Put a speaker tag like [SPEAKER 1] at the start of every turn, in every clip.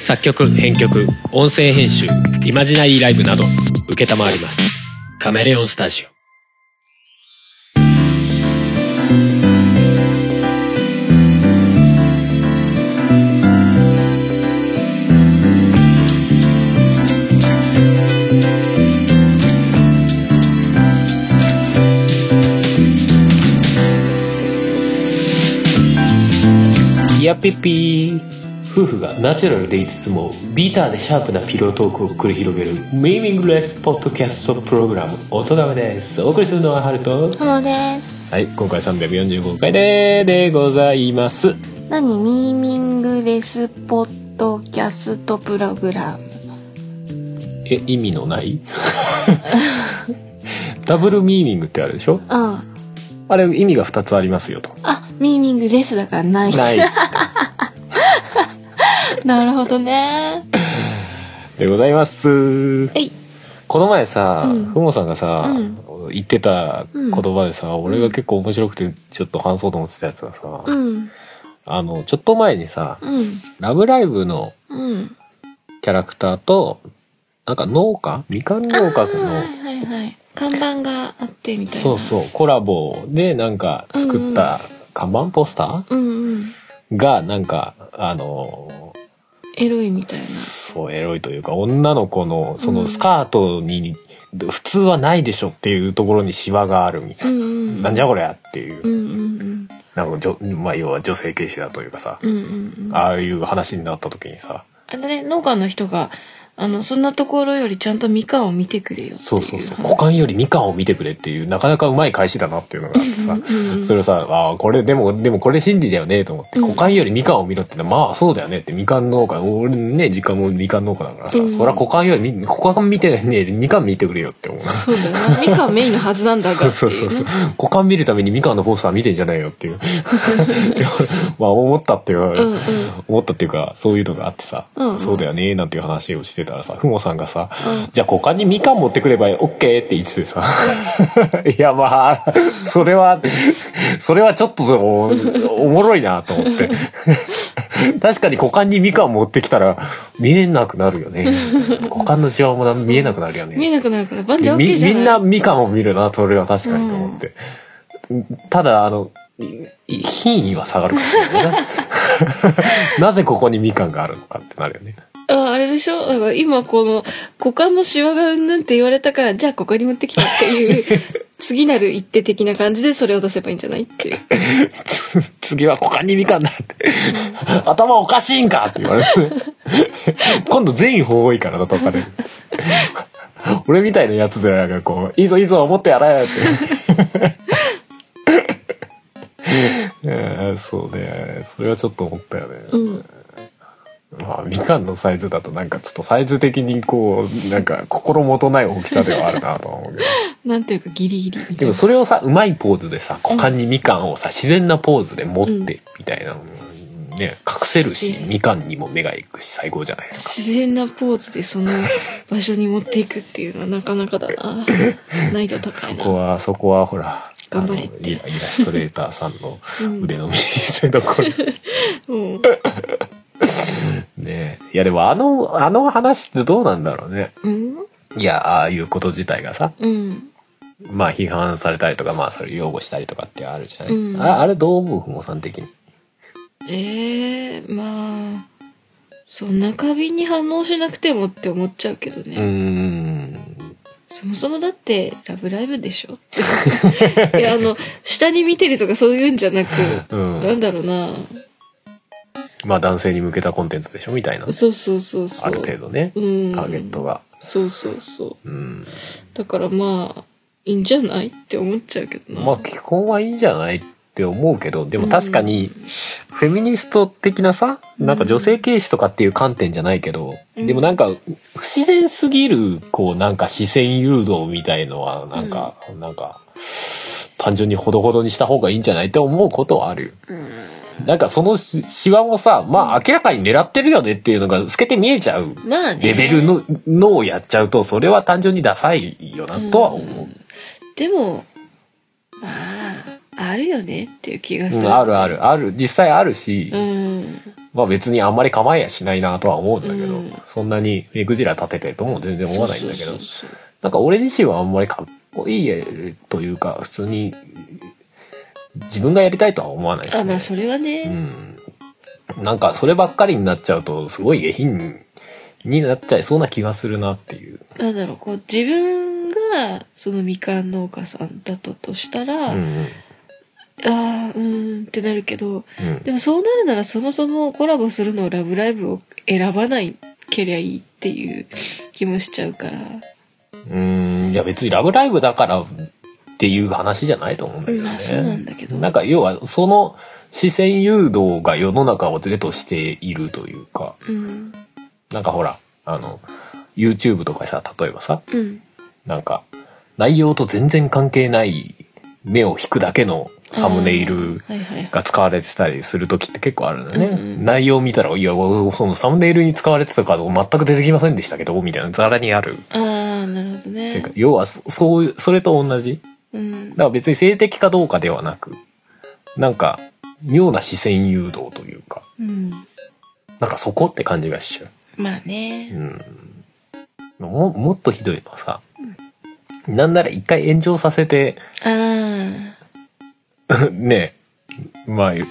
[SPEAKER 1] 作曲編曲音声編集イマジナリーライブなど承りますカメレオンスタジオいやピッピー夫婦がナチュラルで言いつつもビターでシャープなピロートークを繰り広げるミーミングレスポッドキャストプログラム「音めですお送りするのはハルト
[SPEAKER 2] そうです。
[SPEAKER 1] はい今回345回ででございます
[SPEAKER 2] 何ミーミングレスポッドキャストプログラム。
[SPEAKER 1] え意味のない ダブルミーニングってあるでしょ
[SPEAKER 2] うん。
[SPEAKER 1] あれ意味が2つありますよと。
[SPEAKER 2] あ、ミーミングレスだからない。
[SPEAKER 1] ない
[SPEAKER 2] なるほどね。
[SPEAKER 1] でございます。
[SPEAKER 2] えい。
[SPEAKER 1] この前さ、
[SPEAKER 2] うん
[SPEAKER 1] ふもさんがさ、言ってた言葉でさ、俺が結構面白くてちょっと話そうと思ってたやつがさ、
[SPEAKER 2] うん。
[SPEAKER 1] あの、ちょっと前にさ、
[SPEAKER 2] うん。
[SPEAKER 1] ラブライブの
[SPEAKER 2] うん。
[SPEAKER 1] キャラクターと、なんか農家みかん農家の
[SPEAKER 2] はいはいはい。看板があってみたいな。
[SPEAKER 1] そうそう、コラボでなんか作った看板ポスタ
[SPEAKER 2] う。うんうん。
[SPEAKER 1] ーがなんか、あの、
[SPEAKER 2] エロいみたいな。
[SPEAKER 1] そう、エロいというか、女の子のそのスカートに、普通はないでしょっていうところにシワがあるみた
[SPEAKER 2] う
[SPEAKER 1] いな。
[SPEAKER 2] んうん。
[SPEAKER 1] なんじゃこりゃっていうう。
[SPEAKER 2] んうん
[SPEAKER 1] なんかじょ、まあ、要は女性軽視だというかさ
[SPEAKER 2] うん。う、んうんうん。
[SPEAKER 1] ああいう話になった時にさ、
[SPEAKER 2] あれね、農家の人が、あの、そんなところよりちゃんとミカを見てくれよってい
[SPEAKER 1] そうそうそう、
[SPEAKER 2] 話
[SPEAKER 1] 股間よりみかんを見てくれっていう、なかなかうまい返しだなっていうのがあってさ、それをさ、ああ、これでも、でもこれ真理だよねと思って、股間よりみかんを見ろってのは、まあそうだよねって、みかん農家、俺ね、時間もみかん農家だからさ、
[SPEAKER 2] うん
[SPEAKER 1] そりゃ股間よりみ、股間見てねえで、みかん見てくれよって思うな。
[SPEAKER 2] そうだよな。ミカはメインのはずなんだか
[SPEAKER 1] そ
[SPEAKER 2] ら
[SPEAKER 1] う
[SPEAKER 2] って
[SPEAKER 1] そ
[SPEAKER 2] いうう
[SPEAKER 1] そ
[SPEAKER 2] ね。
[SPEAKER 1] うそう。股間見るためにみかんのポスター見てんじゃないよっていう。っ てまあ思ったっていう、
[SPEAKER 2] うんうん
[SPEAKER 1] 思ったっていうか、そういうのがあってさ、
[SPEAKER 2] うんうん
[SPEAKER 1] そうだよね、なんていう話をしてたらさ、ふもさんがさ、じゃあ股間にみかん持ってくれば OK って言ってて さ、いやまあ、それは、それはちょっとおおもろいなと思 って。確かに股間にみかん持ってきたら見えなくなるよね。股間のシワも見えなくなるよね。
[SPEAKER 2] 見えなくなるから、バンジャー OK
[SPEAKER 1] み
[SPEAKER 2] じゃない
[SPEAKER 1] みんな、みかんを見るな、それは確かにと思って。ただ、あの、い品位は下がるかもしれない な。なぜここにみかんがあるのかってなるよね。
[SPEAKER 2] あ、あれでしょだから今この、股間のシワがうんぬんって言われたから、じゃあここに持ってきたっていう、次なる一手的な感じでそれを出せばいいんじゃないっていう。
[SPEAKER 1] つ 次は股間にみかんだって。頭おかしいんかって言われる。今度全員多いからだとかれる。俺みたいなやつらがこう、いいぞいいぞ、思ってやらよ って。えーそうね。それはちょっと思ったよね。
[SPEAKER 2] うん。
[SPEAKER 1] まあ、みかんのサイズだとなんかちょっとサイズ的にこうなんか心もとない大きさではあるなとは思うけど
[SPEAKER 2] なんていうかギリギリみた
[SPEAKER 1] で
[SPEAKER 2] い
[SPEAKER 1] も
[SPEAKER 2] な。
[SPEAKER 1] それをさうまいポーズでさ股間にみかんをさ自然なポーズで持ってみたいなのね隠せるし
[SPEAKER 2] うん
[SPEAKER 1] みかんにも目がいくし最高じゃないですか
[SPEAKER 2] 自然なポーズでその場所に持っていくっていうのはなかなかだな。難易度高
[SPEAKER 1] そ
[SPEAKER 2] い
[SPEAKER 1] こ
[SPEAKER 2] な。
[SPEAKER 1] はそこはほら
[SPEAKER 2] 頑張れって
[SPEAKER 1] あのイライラストレーターさんの
[SPEAKER 2] うん
[SPEAKER 1] 腕の見せどころ
[SPEAKER 2] うん。
[SPEAKER 1] ねいやでもあのあの話ってどうなんだろうね
[SPEAKER 2] うん
[SPEAKER 1] いやああいうこと自体がさ
[SPEAKER 2] うん。
[SPEAKER 1] まあ批判されたりとか、まあそれ擁護したりとかってあるじゃない、
[SPEAKER 2] うん
[SPEAKER 1] ああれどう思うふもさん的に。
[SPEAKER 2] ええまあ、そう、中身に反応しなくてもって思っちゃうけどね。
[SPEAKER 1] うーん。
[SPEAKER 2] そもそもだって、ラブライブでしょ いや、あの、下に見てるとかそういうんじゃなく、
[SPEAKER 1] うん
[SPEAKER 2] なんだろうな。
[SPEAKER 1] まあ男性に向けたコンテンツでしょみたいな。
[SPEAKER 2] そうそうそうそ
[SPEAKER 1] あ
[SPEAKER 2] う。
[SPEAKER 1] る程度ね。タ
[SPEAKER 2] うん
[SPEAKER 1] ーゲットが。
[SPEAKER 2] そうそうそう。
[SPEAKER 1] うん。
[SPEAKER 2] だからまあ、いいんじゃないって思っちゃうけどな。
[SPEAKER 1] まあ基本はいいんじゃないって思うけど、でも確かに、フェミニスト的なさ、なんか女性軽視とかっていう観点じゃないけど、
[SPEAKER 2] うん
[SPEAKER 1] でもなんか、不自然すぎる、こうなんか視線誘導みたいのは、なんか、なんか、単純にほどほどにした方がいいんじゃないって思うことはあるよ。なんかそのしシワもさ、まあ明らかに狙ってるよねっていうのが透けて見えちゃう
[SPEAKER 2] まあね。
[SPEAKER 1] レベルの、のをやっちゃうと、それは単純にダサいよなとは思う。
[SPEAKER 2] でも、まあ、あるよねっていう気がす
[SPEAKER 1] う
[SPEAKER 2] る。
[SPEAKER 1] ん、あるある、ある、実際あるし、
[SPEAKER 2] うん。
[SPEAKER 1] まあ別にあんまり構えやしないなとは思うんだけど、
[SPEAKER 2] うん
[SPEAKER 1] そんなに目くじら立ててとも全然思わないんだけど
[SPEAKER 2] そう、そうそうそう
[SPEAKER 1] なんか俺自身はあんまりかっこいいえというか、普通に自分がやりたいとは思わないですね
[SPEAKER 2] あ、まあそれは
[SPEAKER 1] う
[SPEAKER 2] ね。
[SPEAKER 1] ん。なんかそればっかりになっちゃうと、すごい下品になっちゃいそうな気がするなっていう。
[SPEAKER 2] なんだろう、こう自分がそのみかん農家さんだったとした
[SPEAKER 1] うん
[SPEAKER 2] ら、
[SPEAKER 1] うん。
[SPEAKER 2] ああー、うーんってなるけど、
[SPEAKER 1] うん
[SPEAKER 2] でもそうなるならそもそもコラボするのをラブライブを選ばないけりゃいいっていう気もしちゃうから。
[SPEAKER 1] うん。いや別にラブライブだからっていう話じゃないと思うんだけどね。
[SPEAKER 2] まあそうなんだけど
[SPEAKER 1] なんか要はその視線誘導が世の中を是としているというか、
[SPEAKER 2] うん。
[SPEAKER 1] なんかほら、あの、YouTube とかさ、例えばさ、
[SPEAKER 2] うん。
[SPEAKER 1] なんか、内容と全然関係ない目を引くだけのサムネイル
[SPEAKER 2] あーはいはいはい。
[SPEAKER 1] が使われてたりする時って結構あるのよね。
[SPEAKER 2] うんうん
[SPEAKER 1] 内容見たら、いや、そのサムネイルに使われてた画像全く出てきませんでしたけど、みたいなザラにある
[SPEAKER 2] ああ、なるほどね。
[SPEAKER 1] 世界。要はそ、そういう、それと同じ。
[SPEAKER 2] うん
[SPEAKER 1] だか。ら別に性的かどうかではなく、なんか、妙な視線誘導というか、
[SPEAKER 2] うん。
[SPEAKER 1] なんかそこって感じがしちゃう。
[SPEAKER 2] まあ
[SPEAKER 1] う
[SPEAKER 2] ね。
[SPEAKER 1] ん。も、もっとひどいのはさ、なんなら一回炎上させて、
[SPEAKER 2] あ
[SPEAKER 1] ねえ、まあ、ちょっ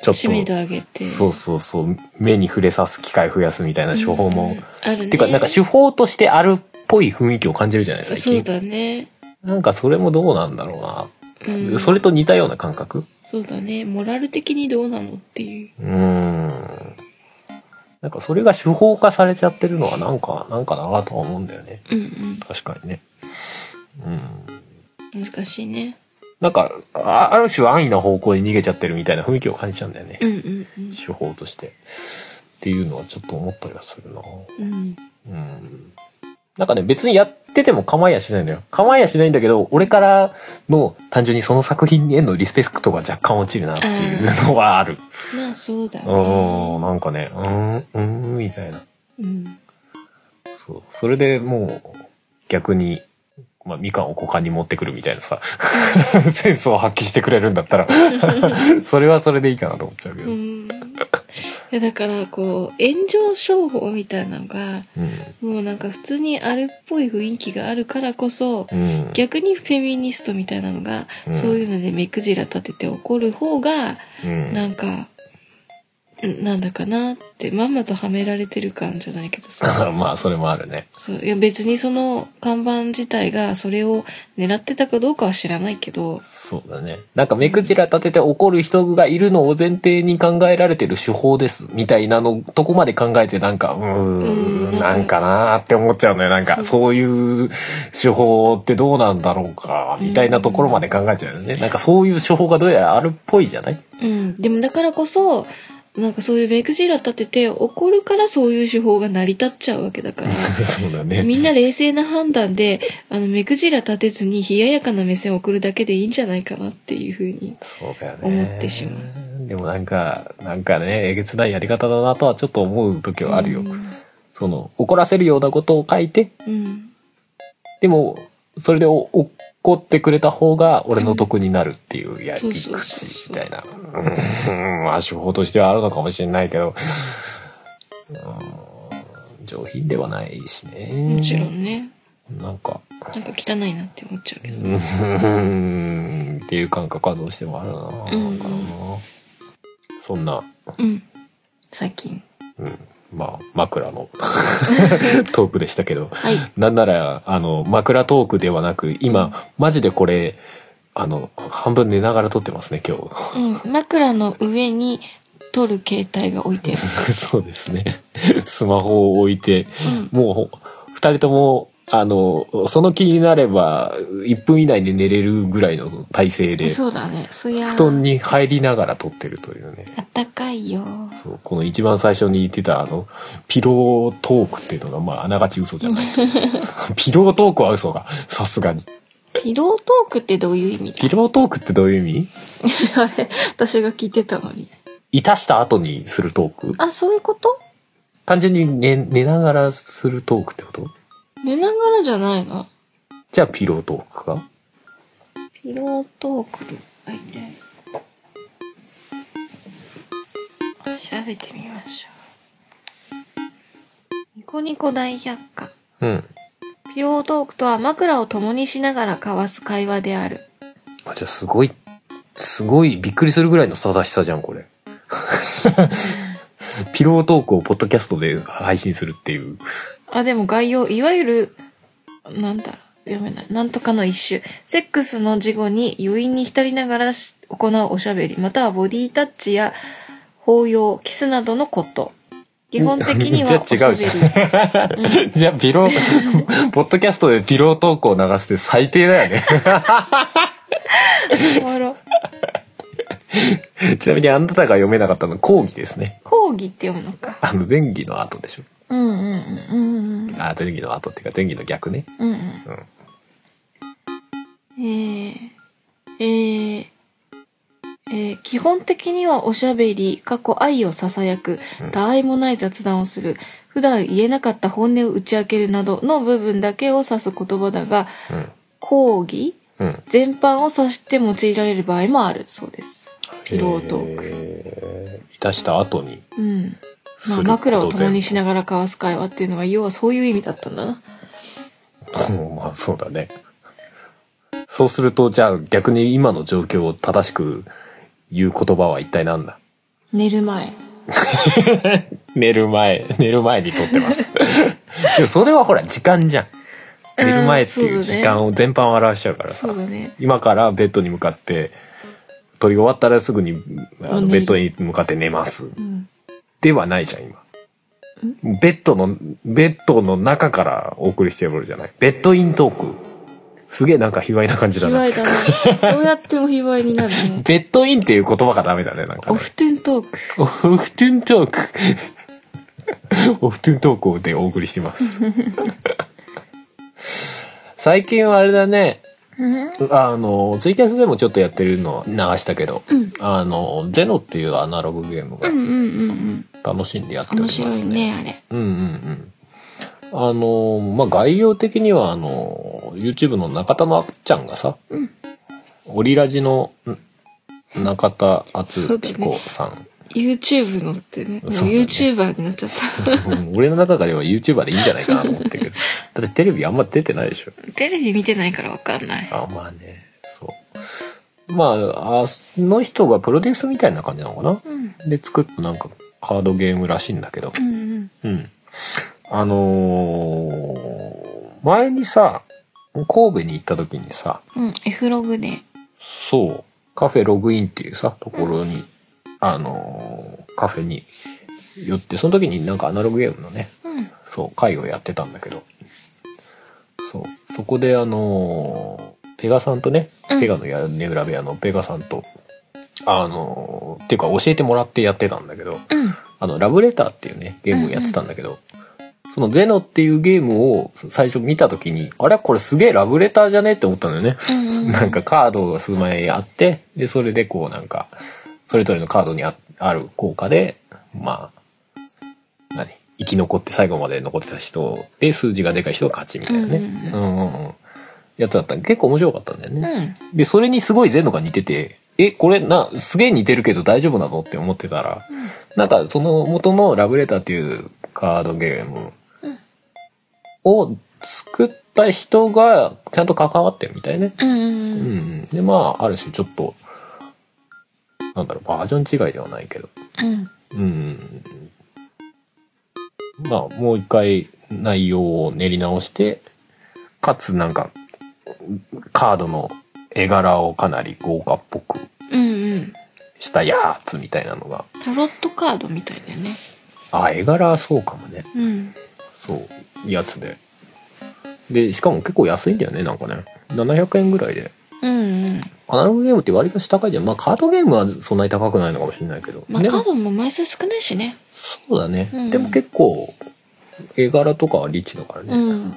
[SPEAKER 2] あ、
[SPEAKER 1] と。
[SPEAKER 2] 知名度上げて。
[SPEAKER 1] そうそうそう目に触れさす機会増やすみたいな手法も、
[SPEAKER 2] あるね。
[SPEAKER 1] ていうかなんか手法としてあるっぽい雰囲気を感じるじゃない最
[SPEAKER 2] そう
[SPEAKER 1] 近
[SPEAKER 2] だね。
[SPEAKER 1] なんかそれもどうなんだろうな、
[SPEAKER 2] うん。
[SPEAKER 1] それと似たような感覚
[SPEAKER 2] そうだね。モラル的にどうなのっていう。
[SPEAKER 1] うーんなんかそれが手法化されちゃってるのはなんかなんかだなとは思うんだよね
[SPEAKER 2] うん
[SPEAKER 1] 確かにねうん
[SPEAKER 2] うん。難しいね。
[SPEAKER 1] なんかあある種安易な方向に逃げちゃってるみたいな雰囲気を感じちゃうんだよね、
[SPEAKER 2] うんうんうん
[SPEAKER 1] 手法としてっていうのはちょっと思ったりはするな。
[SPEAKER 2] うん。
[SPEAKER 1] うんなんかね、別にやってても構いやしないのよ。構いやしないんだけど、俺からの単純にその作品へのリスペクトが若干落ちるなっていうのはある。
[SPEAKER 2] まあそうだね。
[SPEAKER 1] うん、なんかね、うーん、うーん、みたいな。
[SPEAKER 2] うん。
[SPEAKER 1] そう。それでもう、逆に、まあ、みかんを股間に持ってくるみたいなさ、 センスを発揮してくれるんだ ったら、それはそれでいいかなと思っちゃうけ
[SPEAKER 2] う
[SPEAKER 1] ど。うん。
[SPEAKER 2] ん。いやだからこう、炎上商法みたいなのが、もうなんか普通にあるっぽい雰囲気があるからこそ、
[SPEAKER 1] うん。
[SPEAKER 2] 逆にフェミニストみたいなのが、
[SPEAKER 1] うん
[SPEAKER 2] そういうので目くじら立てて怒る方が、
[SPEAKER 1] うん
[SPEAKER 2] なんか、んなんだかなって、まんまとはめられてる感じゃないけど さ。
[SPEAKER 1] まあ、それもあるね。
[SPEAKER 2] そういや別にその看板自体がそれを狙ってたかどうかは知らないけど、
[SPEAKER 1] そうだね。なんか目くじら立てて怒る人がいるのを前提に考えられてる手法です、みたいなの、とこまで考えてなんか、うー
[SPEAKER 2] うん
[SPEAKER 1] ん、なんかなーって思っちゃうのよ。なんか、そういう手法ってどうなんだろうか、みたいなところまで考えちゃうよね。なんかそういう手法がどうやらあるっぽいじゃない
[SPEAKER 2] うん、でもだからこそ、なんかそういう目くじら立てて怒るからそういう手法が成り立っちゃうわけだから。
[SPEAKER 1] そうだね。
[SPEAKER 2] みんな冷静な判断で、あの、目くじら立てずに冷ややかな目線を送るだけでいいんじゃないかなっていうふうに。
[SPEAKER 1] そうだよね。
[SPEAKER 2] 思ってしま
[SPEAKER 1] う。でもなんか、なんかね、えげつないやり方だなとはちょっと思う時はあるよ。その、怒らせるようなことを書いて、
[SPEAKER 2] うん。
[SPEAKER 1] でも、それでお怒ってくれた方が俺の得になるっていうやり口
[SPEAKER 2] そうそうそうそう
[SPEAKER 1] みたいな。うん、 まあ手法としてはあるのかもしれないけど、うん、上品ではないしね。
[SPEAKER 2] もちろんね。
[SPEAKER 1] なんか、
[SPEAKER 2] なんか汚いなって思っちゃうけど。
[SPEAKER 1] うん、っていう感覚はどうしてもあるな。
[SPEAKER 2] うん
[SPEAKER 1] なんかなそんな、
[SPEAKER 2] うん。最近。
[SPEAKER 1] うん、まあ、枕 のトークでしたけど。
[SPEAKER 2] はい。
[SPEAKER 1] なんなら、あの、枕トークではなく、今、マジでこれ、あの、半分寝ながら撮ってますね、今日。
[SPEAKER 2] うん。枕の上に取る携帯が置いてある。
[SPEAKER 1] そうですね。 スマホを置いて、
[SPEAKER 2] うん。
[SPEAKER 1] もう、二人とも、あの、その気になれば、1分以内で寝れるぐらいの体勢で、
[SPEAKER 2] そうだね。すや
[SPEAKER 1] 布団に入りながら撮ってるというね。
[SPEAKER 2] あったかいよ。
[SPEAKER 1] そう、この一番最初に言ってた、あの、ピロートークっていうのが、まあ、あながち嘘じゃない。ピロートークは嘘が、さすがに。
[SPEAKER 2] ピロートークってどういう意味
[SPEAKER 1] ピ
[SPEAKER 2] だ
[SPEAKER 1] ロートークってどういう意味
[SPEAKER 2] あれ、私が聞いてたのに。
[SPEAKER 1] いたした後にするトーク
[SPEAKER 2] あ、そういうこと
[SPEAKER 1] 単純に寝寝ながらするトークってこと
[SPEAKER 2] 寝ながらじゃないの
[SPEAKER 1] じゃあピロートークか
[SPEAKER 2] ピロートークあ痛い調べてみましょうニコニコ大百科
[SPEAKER 1] うん。
[SPEAKER 2] ピロートークとは枕を共にしながら交わす会話である
[SPEAKER 1] あ、じゃあすごい、すごいびっくりするぐらいの正しさじゃん、これ。ピロートークをポッドキャストで配信するっていう。
[SPEAKER 2] あ、でも概要、いわゆる、なんだ、読めない。なんとかの一種。セックスの事後に余韻に浸りながらし行うおしゃべり、またはボディタッチや抱擁、キスなどのこと。基本的 にはおし
[SPEAKER 1] じゃ
[SPEAKER 2] ゃ
[SPEAKER 1] あ違う
[SPEAKER 2] べり
[SPEAKER 1] じゃ。じゃあ、ピロー、ポッドキャストでピロートークを流すって最低だよね。
[SPEAKER 2] おもろ
[SPEAKER 1] ちなみにあなたが読めなかったのは講義ですね。
[SPEAKER 2] 講義って読むのか。
[SPEAKER 1] あの、前儀の後でしょ。
[SPEAKER 2] うんうんうんうんうん。
[SPEAKER 1] あ、前儀の後っていうか前儀の逆ね。
[SPEAKER 2] うんうん。えー、えー、えー基本的にはおしゃべり、過去愛をささやく、たあいもない雑談をする、普段言えなかった本音を打ち明けるなどの部分だけを指す言葉だが、講義
[SPEAKER 1] うん。うん。
[SPEAKER 2] 全般を指して用いられる場合もあるそうです。ピロートーク。
[SPEAKER 1] えー。いたした後に
[SPEAKER 2] うん。
[SPEAKER 1] す
[SPEAKER 2] まあ、
[SPEAKER 1] る
[SPEAKER 2] 枕を共にし
[SPEAKER 1] な
[SPEAKER 2] ながら交わす会話っていうのが、要はそういう意味だったんだな。
[SPEAKER 1] まあ、そうだね。そうすると、じゃあ逆に今の状況を正しく言う言葉は一体何だ
[SPEAKER 2] 寝る前。
[SPEAKER 1] 寝る前、 寝る前に撮って ます。でもそれはほら、時間じゃん。寝る前っていう時間を全般を表しちゃうからさ
[SPEAKER 2] そう。だね。
[SPEAKER 1] 今からベッドに向かって撮り終わったらすぐにあ
[SPEAKER 2] うん
[SPEAKER 1] のベッドに向かって寝ます、
[SPEAKER 2] ん
[SPEAKER 1] ではないじゃん今ベッドのベッドの中からお送りしてるじゃないベッドイントークすげえなんか卑猥な感じだ
[SPEAKER 2] 卑
[SPEAKER 1] な
[SPEAKER 2] 猥だね。どうやっても卑猥になるね。
[SPEAKER 1] ベッドインっていう言葉がダメだねなんか
[SPEAKER 2] オ
[SPEAKER 1] ね
[SPEAKER 2] フトゥントーク。
[SPEAKER 1] オフトゥントークオフトゥントークでお送りしてます最近はあれだねあの、ツイキャスでもちょっとやってるのを流したけど、あの、ゼノっていうアナログゲームが
[SPEAKER 2] うんうんうんうん。
[SPEAKER 1] 楽しんでやっており
[SPEAKER 2] 面
[SPEAKER 1] ますね。
[SPEAKER 2] 白いね、あれ。
[SPEAKER 1] うんうんうん。あの、まあ、概要的には、あの、YouTube の中田のあっちゃんがさ、オリラジのん中田敦彦さん、
[SPEAKER 2] YouTube のってね。もう
[SPEAKER 1] そうだね
[SPEAKER 2] YouTuber になっちゃった。
[SPEAKER 1] うん俺の中では YouTuber でいいんじゃないかなと思ってるけど、だってテレビあんま出てないでしょ。
[SPEAKER 2] テレビ見てないからわかんない。
[SPEAKER 1] あ、まあね、そう。まあ、あの人がプロデュースみたいな感じなのかな、
[SPEAKER 2] うん。
[SPEAKER 1] で作ったなんかカードゲームらしいんだけど
[SPEAKER 2] う、ん
[SPEAKER 1] うん。あのー前にさ、神戸に行った時にさ、
[SPEAKER 2] うん。うん。F ログで。
[SPEAKER 1] そう、カフェログインっていうさ、ところに、あのーカフェに寄って、その時になんかアナログゲームのね、
[SPEAKER 2] うん。
[SPEAKER 1] そう、会をやってたんだけど、そう、そこであのーペガさんとね、
[SPEAKER 2] うん
[SPEAKER 1] ペガの屋根裏部屋のペガさんと、あのーっていうか教えてもらってやってたんだけど、
[SPEAKER 2] うん。
[SPEAKER 1] あの、ラブレターっていうね、ゲームをやってたんだけど、そのゼノっていうゲームを最初見た時に、あれこれすげえラブレターじゃねって思ったんだよね。
[SPEAKER 2] うんうん。
[SPEAKER 1] なんかカードが数枚あって、で、それでこうなんか、それぞれのカードにあある効果で、まあ、何生き残って最後まで残ってた人で数字がでかい人が勝ちみたいなね。う
[SPEAKER 2] うん
[SPEAKER 1] うんうん。やつだった結構面白かったんだよね。
[SPEAKER 2] うん。
[SPEAKER 1] で、それにすごいゼノが似てて、え、これな、すげえ似てるけど大丈夫なのって思ってたら、なんかその元のラブレターっていうカードゲームを作った人がちゃんと関わってるみたいね。う
[SPEAKER 2] う
[SPEAKER 1] ん
[SPEAKER 2] ん。
[SPEAKER 1] うん。で、まあ、ある種ちょっと、なんだろう、バージョン違いではないけど、
[SPEAKER 2] う
[SPEAKER 1] うんう
[SPEAKER 2] ん。
[SPEAKER 1] んうん。まあ、もう一回内容を練り直して、かつなんか、カードの絵柄をかなり豪華っぽく
[SPEAKER 2] うんうん。
[SPEAKER 1] したやつみたいなのが、
[SPEAKER 2] タロットカードみたいだよね。
[SPEAKER 1] あ、絵柄はそうかもね。
[SPEAKER 2] うん。
[SPEAKER 1] そう、やつで。で、しかも結構安いんだよね、なんかね。700円ぐらいで。
[SPEAKER 2] うんうん。
[SPEAKER 1] アナログゲームって割かし高いじゃん。まあカードゲームはそんなに高くないのかもしれないけど。
[SPEAKER 2] まあ、
[SPEAKER 1] で
[SPEAKER 2] カ
[SPEAKER 1] も
[SPEAKER 2] ードも枚数少ないしね。
[SPEAKER 1] そうだね、
[SPEAKER 2] うん
[SPEAKER 1] でも結構、絵柄とかはリッチだからね。
[SPEAKER 2] うん。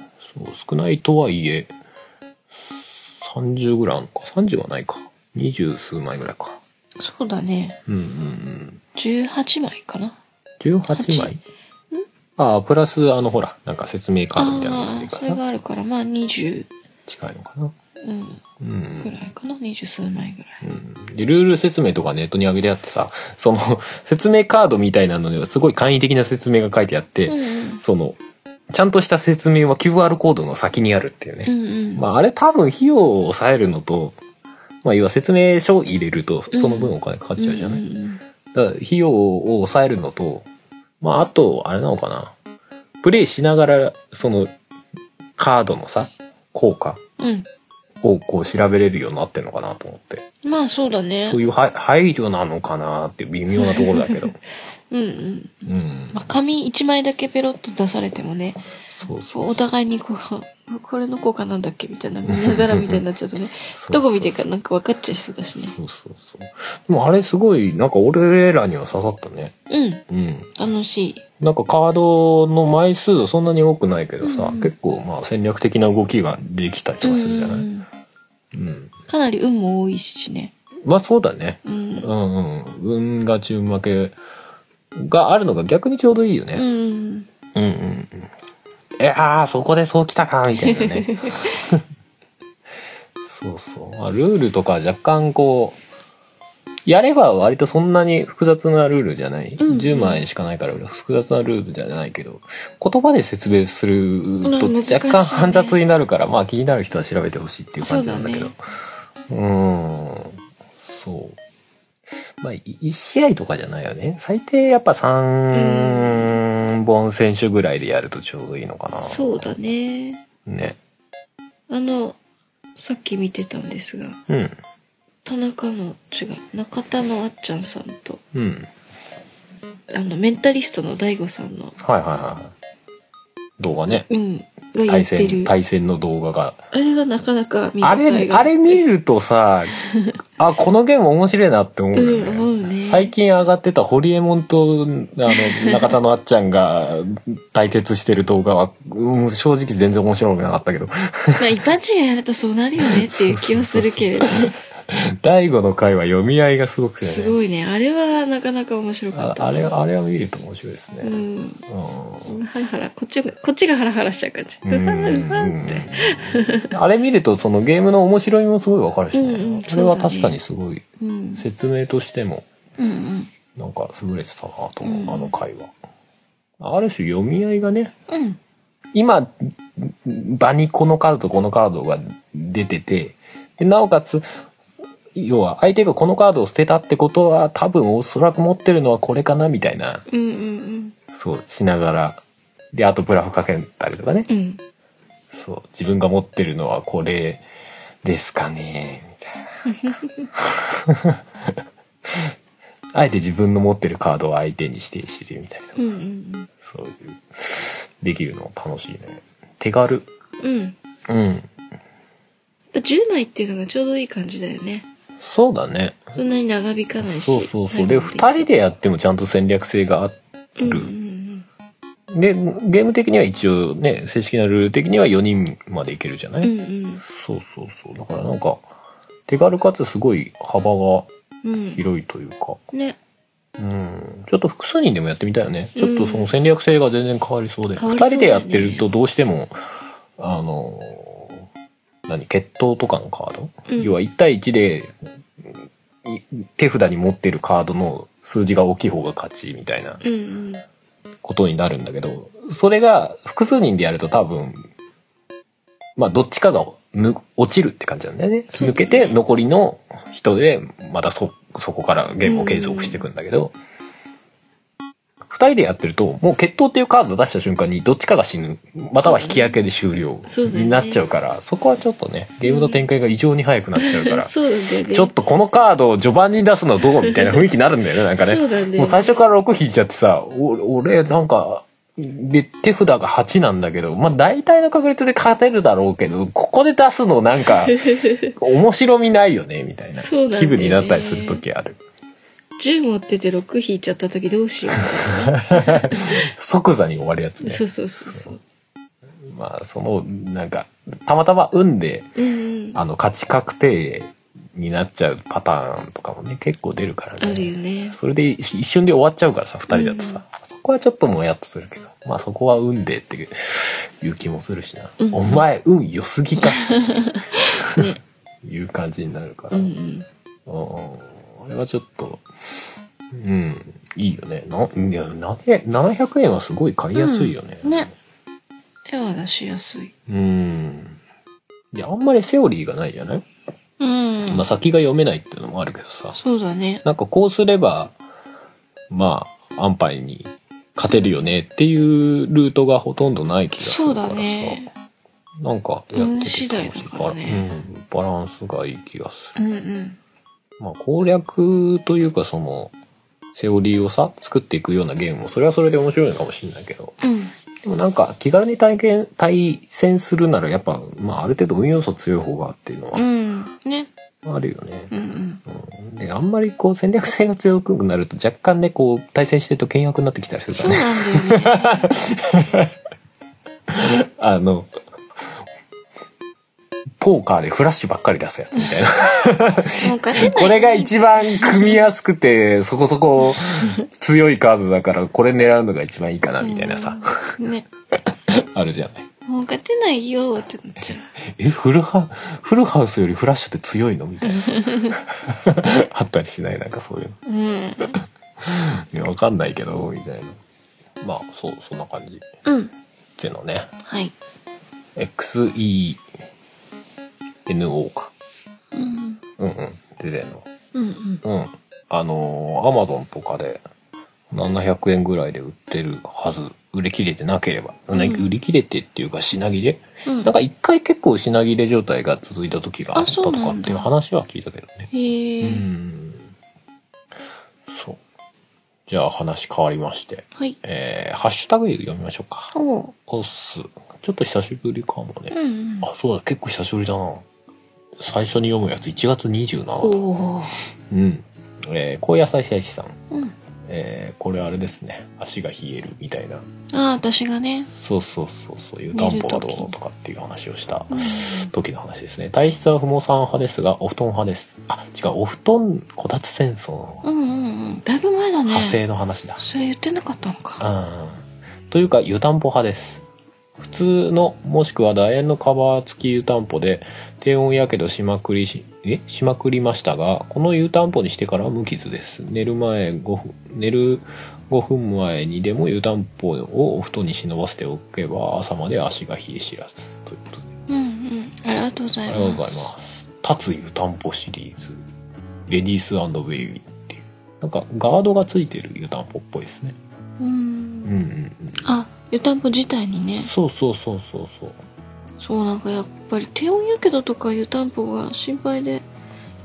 [SPEAKER 1] そう、少ないとはいえ、30ぐらいあるのか。30はないか。20数枚ぐらいか。
[SPEAKER 2] そうだね。
[SPEAKER 1] うんうんうん。
[SPEAKER 2] 18枚かな。
[SPEAKER 1] 18枚ああ、プラス、あの、ほら、なんか説明カードみたいなのがつい
[SPEAKER 2] あ
[SPEAKER 1] て
[SPEAKER 2] あ
[SPEAKER 1] る
[SPEAKER 2] ー、そ
[SPEAKER 1] か
[SPEAKER 2] れ
[SPEAKER 1] らな
[SPEAKER 2] があるから、まあ20。
[SPEAKER 1] 近いのかな。
[SPEAKER 2] うん、
[SPEAKER 1] うん
[SPEAKER 2] ぐらいかな二十数枚ぐらい、
[SPEAKER 1] でルール説明とかネットに上げてあってさ、その 説明カードみたいなのにはすごい簡易的な説明が書いてあって、
[SPEAKER 2] うんうん
[SPEAKER 1] その、ちゃんとした説明は QR コードの先にあるっていう
[SPEAKER 2] う
[SPEAKER 1] ね。
[SPEAKER 2] んうん
[SPEAKER 1] まああれ多分費用を抑えるのと、まあ要は説明書を入れるとその分お金かかっちゃうじゃない、
[SPEAKER 2] うんうんうん
[SPEAKER 1] だから費用を抑えるのと、まああと、あれなのかな。プレイしながら、その、カードのさ、効果
[SPEAKER 2] うん
[SPEAKER 1] をこう調べれるようになってんのかなと思って。
[SPEAKER 2] まあそうだね
[SPEAKER 1] そういうは配慮なのかなって微妙なところだけ ど。
[SPEAKER 2] うんうん
[SPEAKER 1] うん。
[SPEAKER 2] まあ紙一枚だけペロッと出されてもね
[SPEAKER 1] そうそう。
[SPEAKER 2] そうお互いにこうこれの効果なんだっけ みたいなみんなだらみたいになっちゃうとね
[SPEAKER 1] そう
[SPEAKER 2] どこ見ていいかなんか分かっちゃいそうだしね
[SPEAKER 1] そうそうそう。でもあれすごい、なんか俺らには刺さったね。
[SPEAKER 2] うん
[SPEAKER 1] うん。
[SPEAKER 2] 楽しい
[SPEAKER 1] なんかカードの枚数はそんなに多くないけどさ、
[SPEAKER 2] うん
[SPEAKER 1] 結構まあ戦略的な動きができた気がするじゃない、うん
[SPEAKER 2] ううんんうんかなり運も多いしね
[SPEAKER 1] まあそうだね。
[SPEAKER 2] うん
[SPEAKER 1] う、んうん。運が中負けがあるのが逆にちょうどいいよ
[SPEAKER 2] う
[SPEAKER 1] ね。
[SPEAKER 2] ん、
[SPEAKER 1] うん、うん、うん。いやー、そこでそうきたか、みたいなね。 そうそう。まあ、ルールとか若干こう、やれば割とそんなに複雑なルールじゃない。
[SPEAKER 2] んうん
[SPEAKER 1] 10枚しかないから複雑なルールじゃないけど、言葉で説明すると
[SPEAKER 2] うん難しいね
[SPEAKER 1] 若干煩雑になるから、まあ気になる人は調べてほしいっていう感じなんだけど。
[SPEAKER 2] そう
[SPEAKER 1] うーん。そう。まあ、い1試合とかじゃないよね。最低やっぱ3本選手ぐらいでやるとちょうどいいのかな。
[SPEAKER 2] そうだね
[SPEAKER 1] ね。
[SPEAKER 2] あのさっき見てたんですが
[SPEAKER 1] うん。
[SPEAKER 2] 田中の違う中田のあっちゃんさんと
[SPEAKER 1] うん。
[SPEAKER 2] あのメンタリストの大悟さんの
[SPEAKER 1] はいはいはい。動画ね。
[SPEAKER 2] うんがや
[SPEAKER 1] 対
[SPEAKER 2] って
[SPEAKER 1] 戦、
[SPEAKER 2] る
[SPEAKER 1] 対戦の動画が。
[SPEAKER 2] あれはなかなか見
[SPEAKER 1] あ
[SPEAKER 2] 応え
[SPEAKER 1] れ、
[SPEAKER 2] が
[SPEAKER 1] あれ見ると さ、あ、このゲーム面白いなって思うよね。
[SPEAKER 2] うん思うね
[SPEAKER 1] 最近上がってたホリエモンと、あの、中田のあっちゃんが対決してる動画は、うん正直全然面白くなかったけど。
[SPEAKER 2] まあ一般人がやるとそうなるよ ねっていう気はするけれど
[SPEAKER 1] 第五の回は読み合いがすごくてね。
[SPEAKER 2] すごいねあれはなかなか面白か
[SPEAKER 1] あ
[SPEAKER 2] った
[SPEAKER 1] あれ、あれを見ると面白いですね。
[SPEAKER 2] うん
[SPEAKER 1] うん
[SPEAKER 2] ハラハラこっちがこっちがハラハラしちゃう感じ
[SPEAKER 1] う
[SPEAKER 2] ふはふは
[SPEAKER 1] ん
[SPEAKER 2] って
[SPEAKER 1] あれ見るとそのゲームの面白みもすごいわかるしね、
[SPEAKER 2] うんうん
[SPEAKER 1] それは
[SPEAKER 2] そうだね
[SPEAKER 1] 確かにすごい
[SPEAKER 2] うん
[SPEAKER 1] 説明としても
[SPEAKER 2] うん
[SPEAKER 1] なんか優れてたなと思う、
[SPEAKER 2] うん
[SPEAKER 1] あの会話ある種読み合いがね
[SPEAKER 2] うんうん
[SPEAKER 1] 今場にこのカードとこのカードが出ててでなおかつ要は相手がこのカードを捨てたってことは多分おそらく持ってるのはこれかなみたいな
[SPEAKER 2] うんうん
[SPEAKER 1] そうしながらであとブラフかけたりとかね
[SPEAKER 2] うんうん
[SPEAKER 1] そう、自分が持ってるのはこれですかね、みたいな。あえて自分の持ってるカードを相手に指定してるみたいな。
[SPEAKER 2] うんうん
[SPEAKER 1] そういう、できるの楽しいね。手軽。
[SPEAKER 2] うんうん
[SPEAKER 1] うん。
[SPEAKER 2] 10枚っていうのがちょうどいい感じだよね
[SPEAKER 1] そうだね。
[SPEAKER 2] そんなに長引かないし
[SPEAKER 1] そうそうそ
[SPEAKER 2] 最
[SPEAKER 1] う。
[SPEAKER 2] 後
[SPEAKER 1] で、
[SPEAKER 2] ま
[SPEAKER 1] 二人でやってもちゃんと戦略性があ
[SPEAKER 2] うんう
[SPEAKER 1] る。
[SPEAKER 2] ん
[SPEAKER 1] で、ゲーム的には一応ね、正式なルール的には4人までいけるじゃな
[SPEAKER 2] うん
[SPEAKER 1] い、
[SPEAKER 2] うん
[SPEAKER 1] そうそうそう。だからなんか、手軽かつすごい幅が
[SPEAKER 2] うんうん
[SPEAKER 1] 広いというか。
[SPEAKER 2] ね
[SPEAKER 1] うんちょっと複数人でもやってみたいよね。ちょっとその戦略性が全然変わりそうで。
[SPEAKER 2] 変わ
[SPEAKER 1] 二、
[SPEAKER 2] りそうだよね
[SPEAKER 1] 人でやってるとどうしても、あの、何、決闘とかのカード、
[SPEAKER 2] うん
[SPEAKER 1] 要は1対1で、い手札に持ってるカードの数字が大きい方が勝ちみたいな
[SPEAKER 2] うんうん
[SPEAKER 1] ことになるんだけど、それが複数人でやると多分、まあどっちかがぬ落ちるって感じなんだよね。
[SPEAKER 2] そうだ
[SPEAKER 1] 抜け
[SPEAKER 2] ね
[SPEAKER 1] て残りの人でまたそ、そこからゲームを継続していくんだけど、二人でやってると、もう決闘っていうカード出した瞬間にどっちかが死ぬ、または引き分けで終了
[SPEAKER 2] そうだね
[SPEAKER 1] になっちゃうから、そこはちょっとね、ゲームの展開が異常に早くなっちゃうから、
[SPEAKER 2] そうなんだよね
[SPEAKER 1] ちょっとこのカードを序盤に出すのどうみたいな雰囲気になるんだよね、なんかね。
[SPEAKER 2] そうだね
[SPEAKER 1] もう最初から6引いちゃってさ、お俺、なんか、で、手札が8なんだけど、まあ大体の確率で勝てるだろうけど、ここで出すのなん か、面白みないよね、みたいな
[SPEAKER 2] そうなんだよ
[SPEAKER 1] 気
[SPEAKER 2] ね
[SPEAKER 1] 分になったりする時ある。
[SPEAKER 2] 10持ってて6引いちゃった時どうしよ
[SPEAKER 1] 即座に終わるやつ
[SPEAKER 2] う
[SPEAKER 1] ね。
[SPEAKER 2] そうそうそう
[SPEAKER 1] まあその、なんか、たまたま運で、
[SPEAKER 2] そううんうん
[SPEAKER 1] あの、勝ち確定になっちゃうパターンとかもね、結構出るからね。
[SPEAKER 2] あるよね
[SPEAKER 1] それで一一瞬で終わっちゃうからさ、二人だとさ、そこはちょっともやっとするけど。まあそこは運でっていう気もするしな。
[SPEAKER 2] うん
[SPEAKER 1] お前運良すぎか
[SPEAKER 2] ね。
[SPEAKER 1] いう感じになるから。
[SPEAKER 2] う
[SPEAKER 1] うん
[SPEAKER 2] うんん。
[SPEAKER 1] あれはちょっと、うん、いいよね。な、いや、なげ、700円はすごい買いやすいよね。
[SPEAKER 2] うんね手は出しやすい。
[SPEAKER 1] うん。いや、あんまりセオリーがないじゃない、
[SPEAKER 2] うん。
[SPEAKER 1] まあ先が読めないっていうのもあるけどさ。
[SPEAKER 2] そうだね。
[SPEAKER 1] なんかこうすれば、まあ、安牌に勝てるよねっていうルートがほとんどない気がす
[SPEAKER 2] そう
[SPEAKER 1] るから
[SPEAKER 2] だ
[SPEAKER 1] さ。
[SPEAKER 2] ね。
[SPEAKER 1] なんかやってて楽しいから
[SPEAKER 2] 運次第だからね
[SPEAKER 1] うん、バランスがいい気がする。
[SPEAKER 2] うんうん。
[SPEAKER 1] まあ攻略というかその、セオリーをさ、作っていくようなゲームも、それはそれで面白いのかもしれないけど、
[SPEAKER 2] うん。
[SPEAKER 1] でもなんか気軽に体験、対戦するならやっぱ、まあある程度運要素強い方がっていうの
[SPEAKER 2] う
[SPEAKER 1] は
[SPEAKER 2] ん。ね。
[SPEAKER 1] あるよね。
[SPEAKER 2] うんうん。
[SPEAKER 1] うんで、あんまりこう戦略性が強くなると若干ね、こう対戦してると険悪になってきたりするか
[SPEAKER 2] そ
[SPEAKER 1] ら
[SPEAKER 2] う
[SPEAKER 1] ね。
[SPEAKER 2] なんだよね。
[SPEAKER 1] あの、ポーカーでフラッシュばっかり出すやつみたい な。
[SPEAKER 2] もう勝てない。
[SPEAKER 1] これが一番組みやすくて、そこそこ強いカードだから、これ狙うのが一番いいかな、みたいなさ、
[SPEAKER 2] うん。ね。
[SPEAKER 1] あるじゃない。
[SPEAKER 2] もう勝てないよーってなっちゃう。
[SPEAKER 1] え、フルハ、フルハウスよりフラッシュって強いのみたい なさ。あったりしないなんかそういうの。
[SPEAKER 2] うん。
[SPEAKER 1] いや、わかんないけど、みたいな。まあ、そう、そんな感じ。っ
[SPEAKER 2] うん。
[SPEAKER 1] ていうのね。
[SPEAKER 2] はい。
[SPEAKER 1] XENO か。
[SPEAKER 2] うん。
[SPEAKER 1] うんうん。出てんの。
[SPEAKER 2] うんう
[SPEAKER 1] う
[SPEAKER 2] ん。
[SPEAKER 1] ん。あのー、アマゾンとかで700円ぐらいで売ってるはず。売り切れてなければ。ね売り切れてっていうか品切れ、
[SPEAKER 2] うん
[SPEAKER 1] なんか一回結構品切れ状態が続いた時があったと
[SPEAKER 2] あそう
[SPEAKER 1] か
[SPEAKER 2] な
[SPEAKER 1] っ
[SPEAKER 2] んだ
[SPEAKER 1] ていう話は聞いたけどね。
[SPEAKER 2] へ
[SPEAKER 1] う
[SPEAKER 2] え。
[SPEAKER 1] ん。そう。じゃあ話変わりまして。
[SPEAKER 2] はい。
[SPEAKER 1] えー、ハッシュタグ読みましょうか。
[SPEAKER 2] おう。
[SPEAKER 1] おっす。ちょっと久しぶりかもね。
[SPEAKER 2] うんうん。
[SPEAKER 1] あ、そうだ、結構久しぶりだな。最初に読むやつ1月27日。
[SPEAKER 2] おお。
[SPEAKER 1] うん。えー、高野菜菜師さん。
[SPEAKER 2] うん。
[SPEAKER 1] えーこれあれですね足が冷えるみたいな
[SPEAKER 2] ああ、私がね。
[SPEAKER 1] そうそうそうそういう
[SPEAKER 2] 寝る
[SPEAKER 1] 暖房がどう
[SPEAKER 2] 時
[SPEAKER 1] のとかっていう話をした
[SPEAKER 2] うん。
[SPEAKER 1] 時の話ですね体質は不毛さん派ですがお布団派ですあ違うお布団こたつ戦争の
[SPEAKER 2] うんうんうん。だいぶ前だね。
[SPEAKER 1] 派生の話だ、
[SPEAKER 2] それ言ってなかったのか。
[SPEAKER 1] うんというか湯たんぽ派です普通のもしくは楕円のカバー付き湯たんぽで低温やけどしまくりしえしまくりましたがこの湯たんぽにしてからは無傷です寝る前5分寝る5分前にでも湯たんぽをお布団に忍ばせておけば朝まで足が冷え知らずということで
[SPEAKER 2] うんうん。ありがとうござ
[SPEAKER 1] あ
[SPEAKER 2] い
[SPEAKER 1] り
[SPEAKER 2] ま
[SPEAKER 1] がと
[SPEAKER 2] す。
[SPEAKER 1] うございます立つ湯たんぽシリーズレディースベイビーっていうなんかガードがついてる湯たんぽっぽいですね
[SPEAKER 2] う
[SPEAKER 1] うん
[SPEAKER 2] ん。
[SPEAKER 1] うんうん
[SPEAKER 2] あ、湯たんぽ自体にね。
[SPEAKER 1] そうそうそうそうそう
[SPEAKER 2] そうなんかやっぱり低温やけどとか湯たんぽが心配で。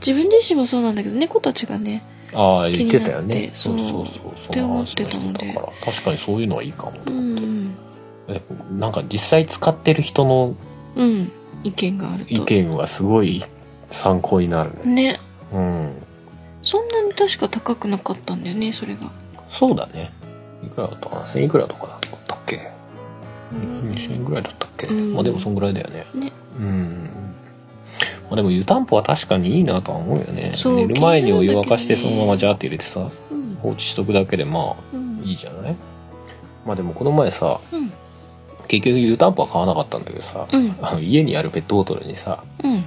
[SPEAKER 2] 自分自身もそうなんだけど、猫たちがね。
[SPEAKER 1] ああ言ってたよ
[SPEAKER 2] 気になっ
[SPEAKER 1] ね
[SPEAKER 2] て
[SPEAKER 1] そうそうそう
[SPEAKER 2] う
[SPEAKER 1] そんな話をして
[SPEAKER 2] って思ってたので
[SPEAKER 1] たから確かにそういうのはいいかも、
[SPEAKER 2] うん
[SPEAKER 1] でなんか実際使ってる人の
[SPEAKER 2] うん。うん。意見があると。
[SPEAKER 1] 意見はすごい参考になるね
[SPEAKER 2] ね。
[SPEAKER 1] うん
[SPEAKER 2] そんなに確か高くなかったんだよね、それが。
[SPEAKER 1] そうだねいくらだったかな1000いくらとかだったっけ
[SPEAKER 2] うん
[SPEAKER 1] 2000円ぐらいだったっけ、
[SPEAKER 2] うん
[SPEAKER 1] まあでもそんぐらいだよね
[SPEAKER 2] ね。
[SPEAKER 1] うんまあでも湯たんぽは確かにいいなとは思うよね
[SPEAKER 2] そう
[SPEAKER 1] 寝る前にお湯
[SPEAKER 2] 気になるん
[SPEAKER 1] 沸か
[SPEAKER 2] だけどね
[SPEAKER 1] してそのままジャーって入れてさ
[SPEAKER 2] うん。
[SPEAKER 1] 放置しとくだけでまあ
[SPEAKER 2] うん。
[SPEAKER 1] いいじゃないまあでもこの前さ
[SPEAKER 2] うん。
[SPEAKER 1] 結局湯たんぽは買わなかったんだけどさ、
[SPEAKER 2] うん
[SPEAKER 1] あの家にあるペットボトルにさ
[SPEAKER 2] うん。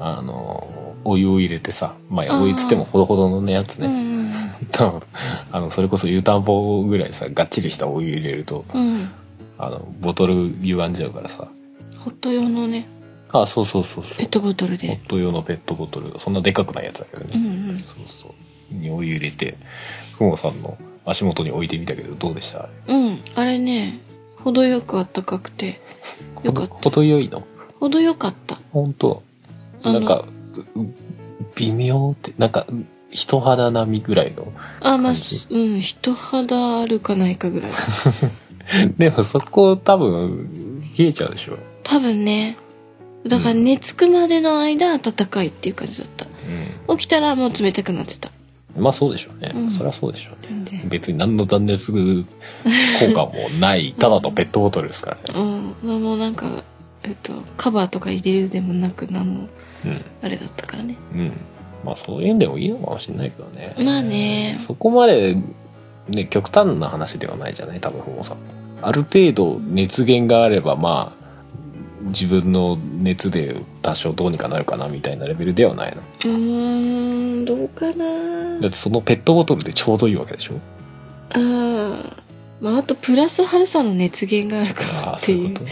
[SPEAKER 1] あのお湯を入れてさま
[SPEAKER 2] あ
[SPEAKER 1] あ
[SPEAKER 2] ー
[SPEAKER 1] お湯っつってもほどほどのねやつ
[SPEAKER 2] う
[SPEAKER 1] ね、
[SPEAKER 2] ん。
[SPEAKER 1] 多分あのそれこそ湯たんぽぐらいさがっちりしたお湯入れると
[SPEAKER 2] うん。
[SPEAKER 1] あのボトル歪んじゃうからさ
[SPEAKER 2] ホット用のね、
[SPEAKER 1] あそうそうそうそ
[SPEAKER 2] ペ
[SPEAKER 1] う
[SPEAKER 2] ットボト
[SPEAKER 1] ホ
[SPEAKER 2] ルで
[SPEAKER 1] ッ。ト用のペットボトルそんなでかくないやつだけど
[SPEAKER 2] うん
[SPEAKER 1] ね、
[SPEAKER 2] うん。
[SPEAKER 1] そうそうにお湯入れてふもさんの足元に置いてみたけどどうでしたあれ
[SPEAKER 2] うん、あれね、程よくあったかくて、よかった
[SPEAKER 1] ほど程よいの
[SPEAKER 2] 程よかった。
[SPEAKER 1] 本当
[SPEAKER 2] あの
[SPEAKER 1] なんか、う微妙って、なんか、人肌並みぐらいの。
[SPEAKER 2] あ、まあ
[SPEAKER 1] 感じ、
[SPEAKER 2] うん、人肌あるかないかぐらい。
[SPEAKER 1] でもそこ多分、冷えちゃうでしょ。
[SPEAKER 2] 多分ね、だから
[SPEAKER 1] うん
[SPEAKER 2] 寝つくまでの間暖かいっていう感じだった。
[SPEAKER 1] う
[SPEAKER 2] 起きたらもう冷たくなってた。
[SPEAKER 1] ん。まあそうでしょうね。
[SPEAKER 2] うん
[SPEAKER 1] そりゃそうでしょうね。
[SPEAKER 2] 全然。
[SPEAKER 1] 別に何の断熱効果もない、ただのペットボトルですからね。
[SPEAKER 2] うん、まあもうなんか、えっと、カバーとか入れるでもなく、なんも、
[SPEAKER 1] う
[SPEAKER 2] あれだったからね。
[SPEAKER 1] ん。うん。まあそういうんでもいいのかもしれないけどね。
[SPEAKER 2] まあね
[SPEAKER 1] そこまで、ね、極端な話ではないじゃない多分、ふもさん。ある程度熱源があればまあ自分の熱で多少どうにかなるかなみたいなレベルではないの
[SPEAKER 2] うーんどうかな
[SPEAKER 1] だってそのペットボトルでちょうどいいわけ でしょ
[SPEAKER 2] ああまああとプラスハルさんの熱源があるから
[SPEAKER 1] ああ
[SPEAKER 2] っ
[SPEAKER 1] そ
[SPEAKER 2] て
[SPEAKER 1] う
[SPEAKER 2] い
[SPEAKER 1] いううこと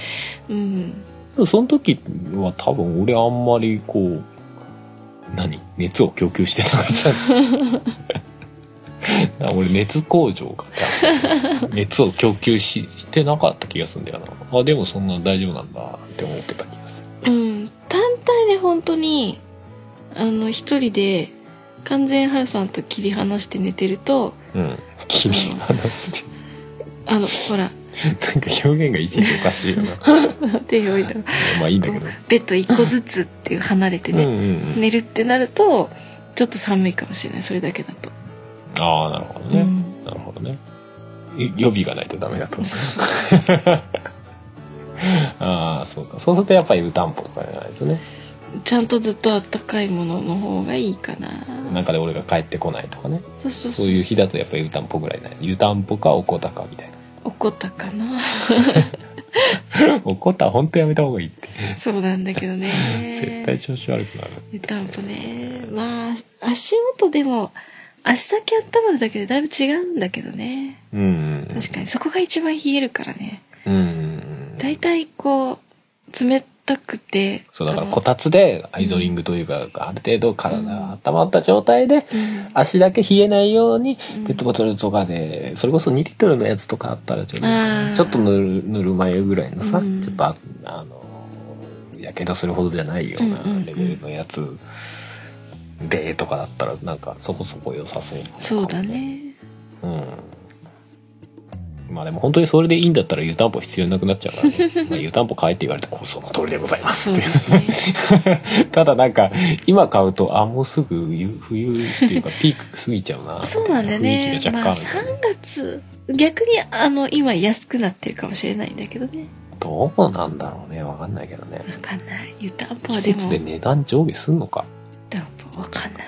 [SPEAKER 2] うん
[SPEAKER 1] でもその時は多分俺あんまりこう何熱を供給してなか っただから俺熱工場かって熱を供給ししてなかった気がするんだよなあでもそんな大丈夫なんだって思ってた気がする
[SPEAKER 2] うん単体で本当にあの一人で完全ハルさんと切り離して寝てると
[SPEAKER 1] うん君の話して
[SPEAKER 2] あのほら
[SPEAKER 1] なんか表現がいちいちおかしいよ なま
[SPEAKER 2] 手を置いたら
[SPEAKER 1] あいいんだけど
[SPEAKER 2] ベッド一個ずつっていう離れて
[SPEAKER 1] うんう
[SPEAKER 2] ね、
[SPEAKER 1] んうん
[SPEAKER 2] 寝るってなるとちょっと寒いかもしれないそれだけだと、
[SPEAKER 1] ああなるほど
[SPEAKER 2] う
[SPEAKER 1] ね、
[SPEAKER 2] ん
[SPEAKER 1] なるほどね。い予備がないとダメだと思う。ああ、そうか。そうするとやっぱり湯たんぽとかじゃないとね。
[SPEAKER 2] ちゃんとずっとあったかいものの方がいいかな
[SPEAKER 1] なんかで俺が帰ってこないとかね。
[SPEAKER 2] そうそうそ
[SPEAKER 1] そうういう日だとやっぱり湯たんぽぐらいない。湯たんぽかおこたかみたい
[SPEAKER 2] 怒ったか な
[SPEAKER 1] な。おこたほんとやめた方がいいって。
[SPEAKER 2] そうなんだけどね
[SPEAKER 1] 絶対調子悪くなる。
[SPEAKER 2] 湯たんぽねまあ足元でも足先温まるだけでだいぶ違うんだけどね
[SPEAKER 1] うんうん
[SPEAKER 2] 確かにそこが一番冷えるからね
[SPEAKER 1] うん。うんうん。
[SPEAKER 2] 大体こう冷たくて
[SPEAKER 1] そうだから
[SPEAKER 2] あの
[SPEAKER 1] こたつでアイドリングというか、ある程度体が温まった状態で、
[SPEAKER 2] うん
[SPEAKER 1] 足だけ冷えないように
[SPEAKER 2] うん
[SPEAKER 1] ペットボトルとかでそれこそ2リットルのやつとかあったらちょうどいい
[SPEAKER 2] あー
[SPEAKER 1] なちょっとぬるぬるま湯ぐらいのさ、
[SPEAKER 2] うん
[SPEAKER 1] ちょっとああのやけどするほどじゃないような
[SPEAKER 2] うんうんうん
[SPEAKER 1] レベルのやつでとかだったらなんかそこそこ良さそう
[SPEAKER 2] そうだね
[SPEAKER 1] うんまあでも本当にそれでいいんだったら湯たんぽ必要なくなっちゃうから、 ね、まあ湯たんぽ買えって言われたらおその通りでございます
[SPEAKER 2] そう
[SPEAKER 1] って
[SPEAKER 2] で
[SPEAKER 1] いう
[SPEAKER 2] すね
[SPEAKER 1] ただなんか今買うとあもうすぐ冬冬っていう かピーク過ぎちゃうなってい
[SPEAKER 2] そうなんだよね
[SPEAKER 1] 雰囲気が
[SPEAKER 2] まあ
[SPEAKER 1] 若干あるんだよね
[SPEAKER 2] 3月逆にあの今安くなってるかもしれないんだけどね
[SPEAKER 1] どうなんだろうねわかんないけどね
[SPEAKER 2] わかんない湯たんぽ
[SPEAKER 1] 季
[SPEAKER 2] はで
[SPEAKER 1] 節
[SPEAKER 2] も
[SPEAKER 1] で
[SPEAKER 2] 湯
[SPEAKER 1] 値段上下すんのか、
[SPEAKER 2] たんぽわかんない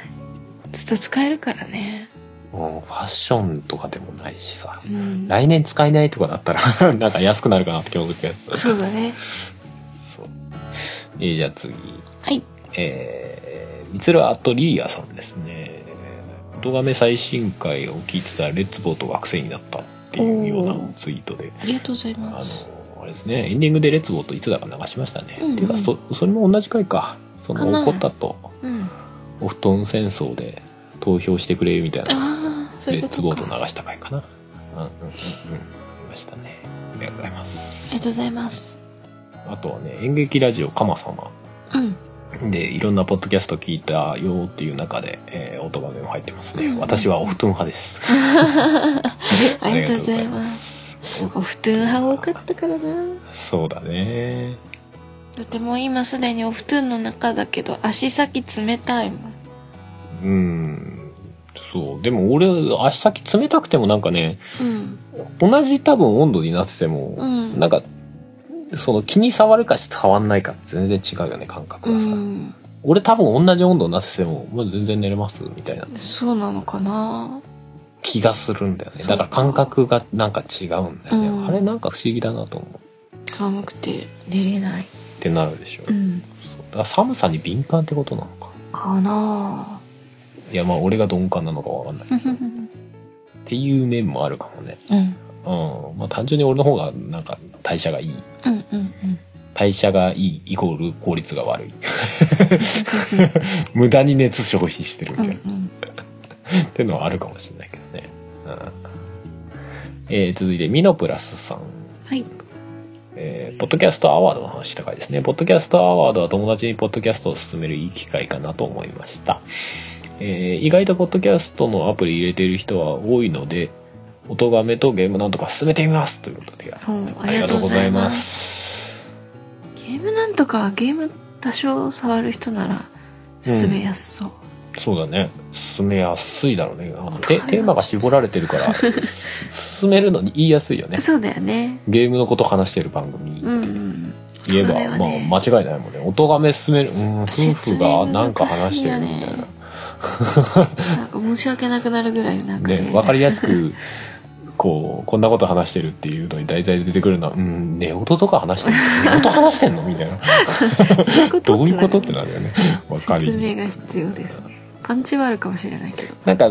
[SPEAKER 2] ずっと使えるからね
[SPEAKER 1] うん、ファッションとかでもないしさ
[SPEAKER 2] うん
[SPEAKER 1] 来年使えないとかだったら なんか安くなるかなって今日思った
[SPEAKER 2] そうだね
[SPEAKER 1] そうえーじゃあ次
[SPEAKER 2] はい
[SPEAKER 1] えー、ミツラアトリーヤさんですね。音亀最新回を聞いてたら、レッツボートが癖になったっていうよう
[SPEAKER 2] おー
[SPEAKER 1] なツイートで、
[SPEAKER 2] ありがとうございま
[SPEAKER 1] あ
[SPEAKER 2] す
[SPEAKER 1] の、あれですね、エンディングでレッツボートいつだか流しましたね。
[SPEAKER 2] うんうん
[SPEAKER 1] ていうか、そ、それも同じ回か。そ
[SPEAKER 2] か
[SPEAKER 1] の、
[SPEAKER 2] な
[SPEAKER 1] 怒ったと、
[SPEAKER 2] うんあ
[SPEAKER 1] お布団戦争で投票してくれみたいな、
[SPEAKER 2] あーそうい
[SPEAKER 1] レ
[SPEAKER 2] う
[SPEAKER 1] ッ
[SPEAKER 2] こ
[SPEAKER 1] ツ
[SPEAKER 2] と
[SPEAKER 1] ボー
[SPEAKER 2] か
[SPEAKER 1] ト流した回かな。うんうんうんうん。見ましたね。ありがとうございます。
[SPEAKER 2] ありがとうございます
[SPEAKER 1] あとはね、演劇ラジオ、かま様。
[SPEAKER 2] うん
[SPEAKER 1] で、いろんなポッドキャスト聞いたよっていう中で、えー、音がも入ってますね。
[SPEAKER 2] うん
[SPEAKER 1] 私はお布団派です。。
[SPEAKER 2] ありがとうございます お布団派多かったからな
[SPEAKER 1] そうだね。
[SPEAKER 2] だってもう今すでにお布団の中だけど足先冷たいもん
[SPEAKER 1] うん。そう。でも俺、足先冷たくてもなんかね、
[SPEAKER 2] うん
[SPEAKER 1] 同じ多分温度になってても、
[SPEAKER 2] うん
[SPEAKER 1] なんか、その気に触るか触んないか全然違うよね、感覚
[SPEAKER 2] う
[SPEAKER 1] がさ。
[SPEAKER 2] ん
[SPEAKER 1] 俺多分同じ温度になってても、まあ、全然寝れます、みたいな
[SPEAKER 2] そうなのかな
[SPEAKER 1] 気がするんだよね。
[SPEAKER 2] そうか
[SPEAKER 1] だから感覚がなんか違うんだよね。
[SPEAKER 2] うん
[SPEAKER 1] あれなんか不思議だなと思う。
[SPEAKER 2] 寒くて寝れない
[SPEAKER 1] ってなるでしょ、
[SPEAKER 2] うん
[SPEAKER 1] そうだから寒さに敏感ってことなのか
[SPEAKER 2] かな
[SPEAKER 1] いやまあ俺が鈍感なのかわかんないっ
[SPEAKER 2] う
[SPEAKER 1] ていう面もあるかもね
[SPEAKER 2] ん
[SPEAKER 1] うんまあ単純に俺の方がなんか代謝がいい
[SPEAKER 2] うんうんうん
[SPEAKER 1] 代謝がいいイコール効率が悪い 無駄に熱消費してるみ
[SPEAKER 2] う
[SPEAKER 1] た
[SPEAKER 2] ん
[SPEAKER 1] いうな、
[SPEAKER 2] ん
[SPEAKER 1] っていうのはあるかもしれないけどね、うんえー続いてミノプラスさん
[SPEAKER 2] はい
[SPEAKER 1] えーポッドキャストアワードの話した回ですね。ポッドキャストアワードは友達にポッドキャストを勧めるいい機会かなと思いました。えー意外とポッドキャストのアプリ入れている人は多いので、音がめとゲームなんとか進めてみますということで、
[SPEAKER 2] うん
[SPEAKER 1] ありがとうございま
[SPEAKER 2] ありがとうございます
[SPEAKER 1] す。
[SPEAKER 2] ゲームなんとかゲーム多少触る人なら進めやすそう、
[SPEAKER 1] そうだね。進めやすいだろうね。あの
[SPEAKER 2] かる
[SPEAKER 1] テテーマが絞られてるから、す進めるのに言いやすいよね。
[SPEAKER 2] そうだよね
[SPEAKER 1] ゲームのこと話してる番組っていう
[SPEAKER 2] う。んうん
[SPEAKER 1] 言えば、
[SPEAKER 2] それはね
[SPEAKER 1] まあ間違いないもんね音がめ進める、うん、夫婦がなんか話してるみたいな
[SPEAKER 2] 説明難しいよねなんか申し訳なくなるぐらいなんか
[SPEAKER 1] ねわかりやすくこう、こんなこと話してるっていうのに大体出てくるのは、うん、寝言とか話してんの寝言話してんのみた いな。どういうことってなるよね。わか
[SPEAKER 2] 説
[SPEAKER 1] る。
[SPEAKER 2] 明が必要ですねパンチはあるかもしれないけど
[SPEAKER 1] なんか、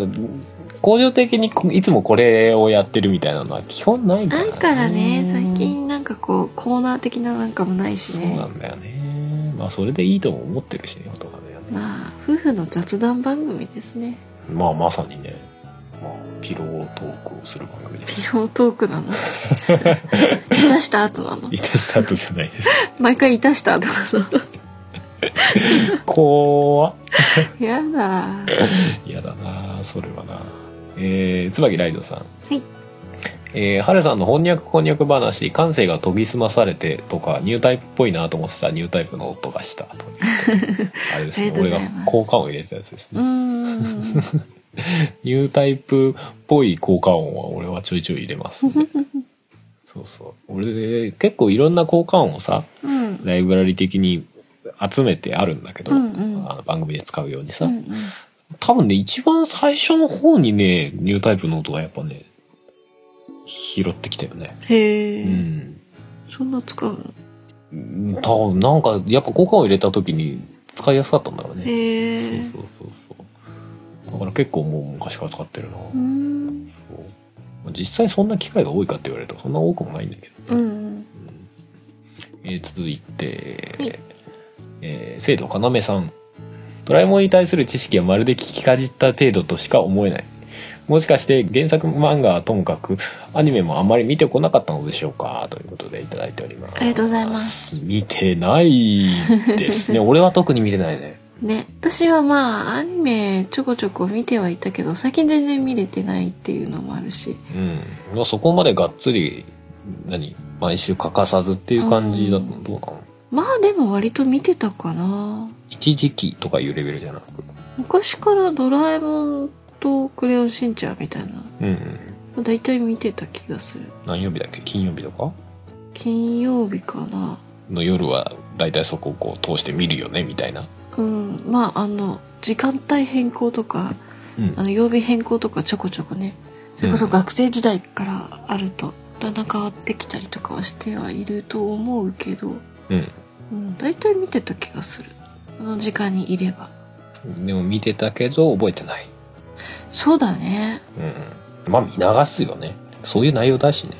[SPEAKER 1] 工場的にこいつもこれをやってるみたいなのは基本ないから
[SPEAKER 2] ないからね最近なんかこうコーナー的ななんかもないし
[SPEAKER 1] そうな
[SPEAKER 2] ね
[SPEAKER 1] んだよね。まあ、それでいいとも思ってるしね、大人だよね。
[SPEAKER 2] まあ夫婦の雑談番組ですね
[SPEAKER 1] まあ、まさにね、まあ、ピロートークをする番組で
[SPEAKER 2] ピ
[SPEAKER 1] す。
[SPEAKER 2] ロートー クなのいたした後なの
[SPEAKER 1] いたスタートじゃないです。
[SPEAKER 2] 毎回いたした後なの
[SPEAKER 1] 怖っ
[SPEAKER 2] やだ
[SPEAKER 1] 嫌だなそれはなえー、椿ライドさん。
[SPEAKER 2] い
[SPEAKER 1] えー、春さんの翻訳こんにゃく話、感性が研ぎ澄まされてとか、ニュータイプっぽいなと思ってたニュータイプの音がした とか言って。あれです
[SPEAKER 2] あ
[SPEAKER 1] ね
[SPEAKER 2] りが、とうご
[SPEAKER 1] 俺が
[SPEAKER 2] ざいます
[SPEAKER 1] 効果音を入れてたやつです
[SPEAKER 2] う
[SPEAKER 1] ね。
[SPEAKER 2] ーん
[SPEAKER 1] ニュータイプっぽい効果音は俺はちょいちょい入れますんで。 そうそう。俺、結構いろんな効果音をさ、
[SPEAKER 2] うん
[SPEAKER 1] ライブラリ的に集めてあるんだけど、
[SPEAKER 2] うんうん
[SPEAKER 1] あの番組で使うようにさ、
[SPEAKER 2] うんうん
[SPEAKER 1] 多分ね、一番最初の方にね、ニュータイプの音がやっぱね、拾ってきたよね。
[SPEAKER 2] へえ、
[SPEAKER 1] うん。
[SPEAKER 2] そんな使うの
[SPEAKER 1] うん多分なんか、やっぱ効果を入れた時に使いやすかったんだろうね。
[SPEAKER 2] へえ
[SPEAKER 1] そうそうそうそう。だから結構もう昔から使ってるな。
[SPEAKER 2] うーん
[SPEAKER 1] そうまあ実際そんな機会が多いかって言われるとそんな多くもないんだけ
[SPEAKER 2] う
[SPEAKER 1] どね。
[SPEAKER 2] ん
[SPEAKER 1] えー続いて、
[SPEAKER 2] はい
[SPEAKER 1] えー、生徒かなめさん。ドラえもんに対する知識はまるで聞きかじった程度としか思えない。もしかして原作漫画はともかくアニメもあまり見てこなかったのでしょうかということでいただいております。
[SPEAKER 2] ありがとうございます。
[SPEAKER 1] 見てないです ね。俺は特に見てないね。
[SPEAKER 2] ね私はまあアニメちょこちょこ見てはいたけど最近全然見れてないっていうのもあるし
[SPEAKER 1] うん。まあそこまでがっつり、何毎週欠かさずっていう感じだと
[SPEAKER 2] う
[SPEAKER 1] どうなの
[SPEAKER 2] まあでも割と見てたかな
[SPEAKER 1] 一時期とかいうレベルじゃなく。
[SPEAKER 2] 昔から「ドラえもん」と「クレヨンしんちゃん」みたいなま
[SPEAKER 1] うんうん。
[SPEAKER 2] あ大体見てた気がする
[SPEAKER 1] 何曜日だっけ金曜日とか
[SPEAKER 2] 金曜日かな
[SPEAKER 1] の夜は大体そこをこう通して見るよねみたいな。
[SPEAKER 2] うんまああの時間帯変更とか
[SPEAKER 1] うん
[SPEAKER 2] あ。の曜日変更とかちょこちょこねそれこそ
[SPEAKER 1] うん
[SPEAKER 2] 学生時代からあるとだんだん変わってきたりとかはしてはいると思うけど、
[SPEAKER 1] うん。
[SPEAKER 2] うん、大体見てた気がするその時間にいれば
[SPEAKER 1] でも見てたけど覚えてない。
[SPEAKER 2] そうだね
[SPEAKER 1] うんうん。まあ見流すよね。そういう内容だしね。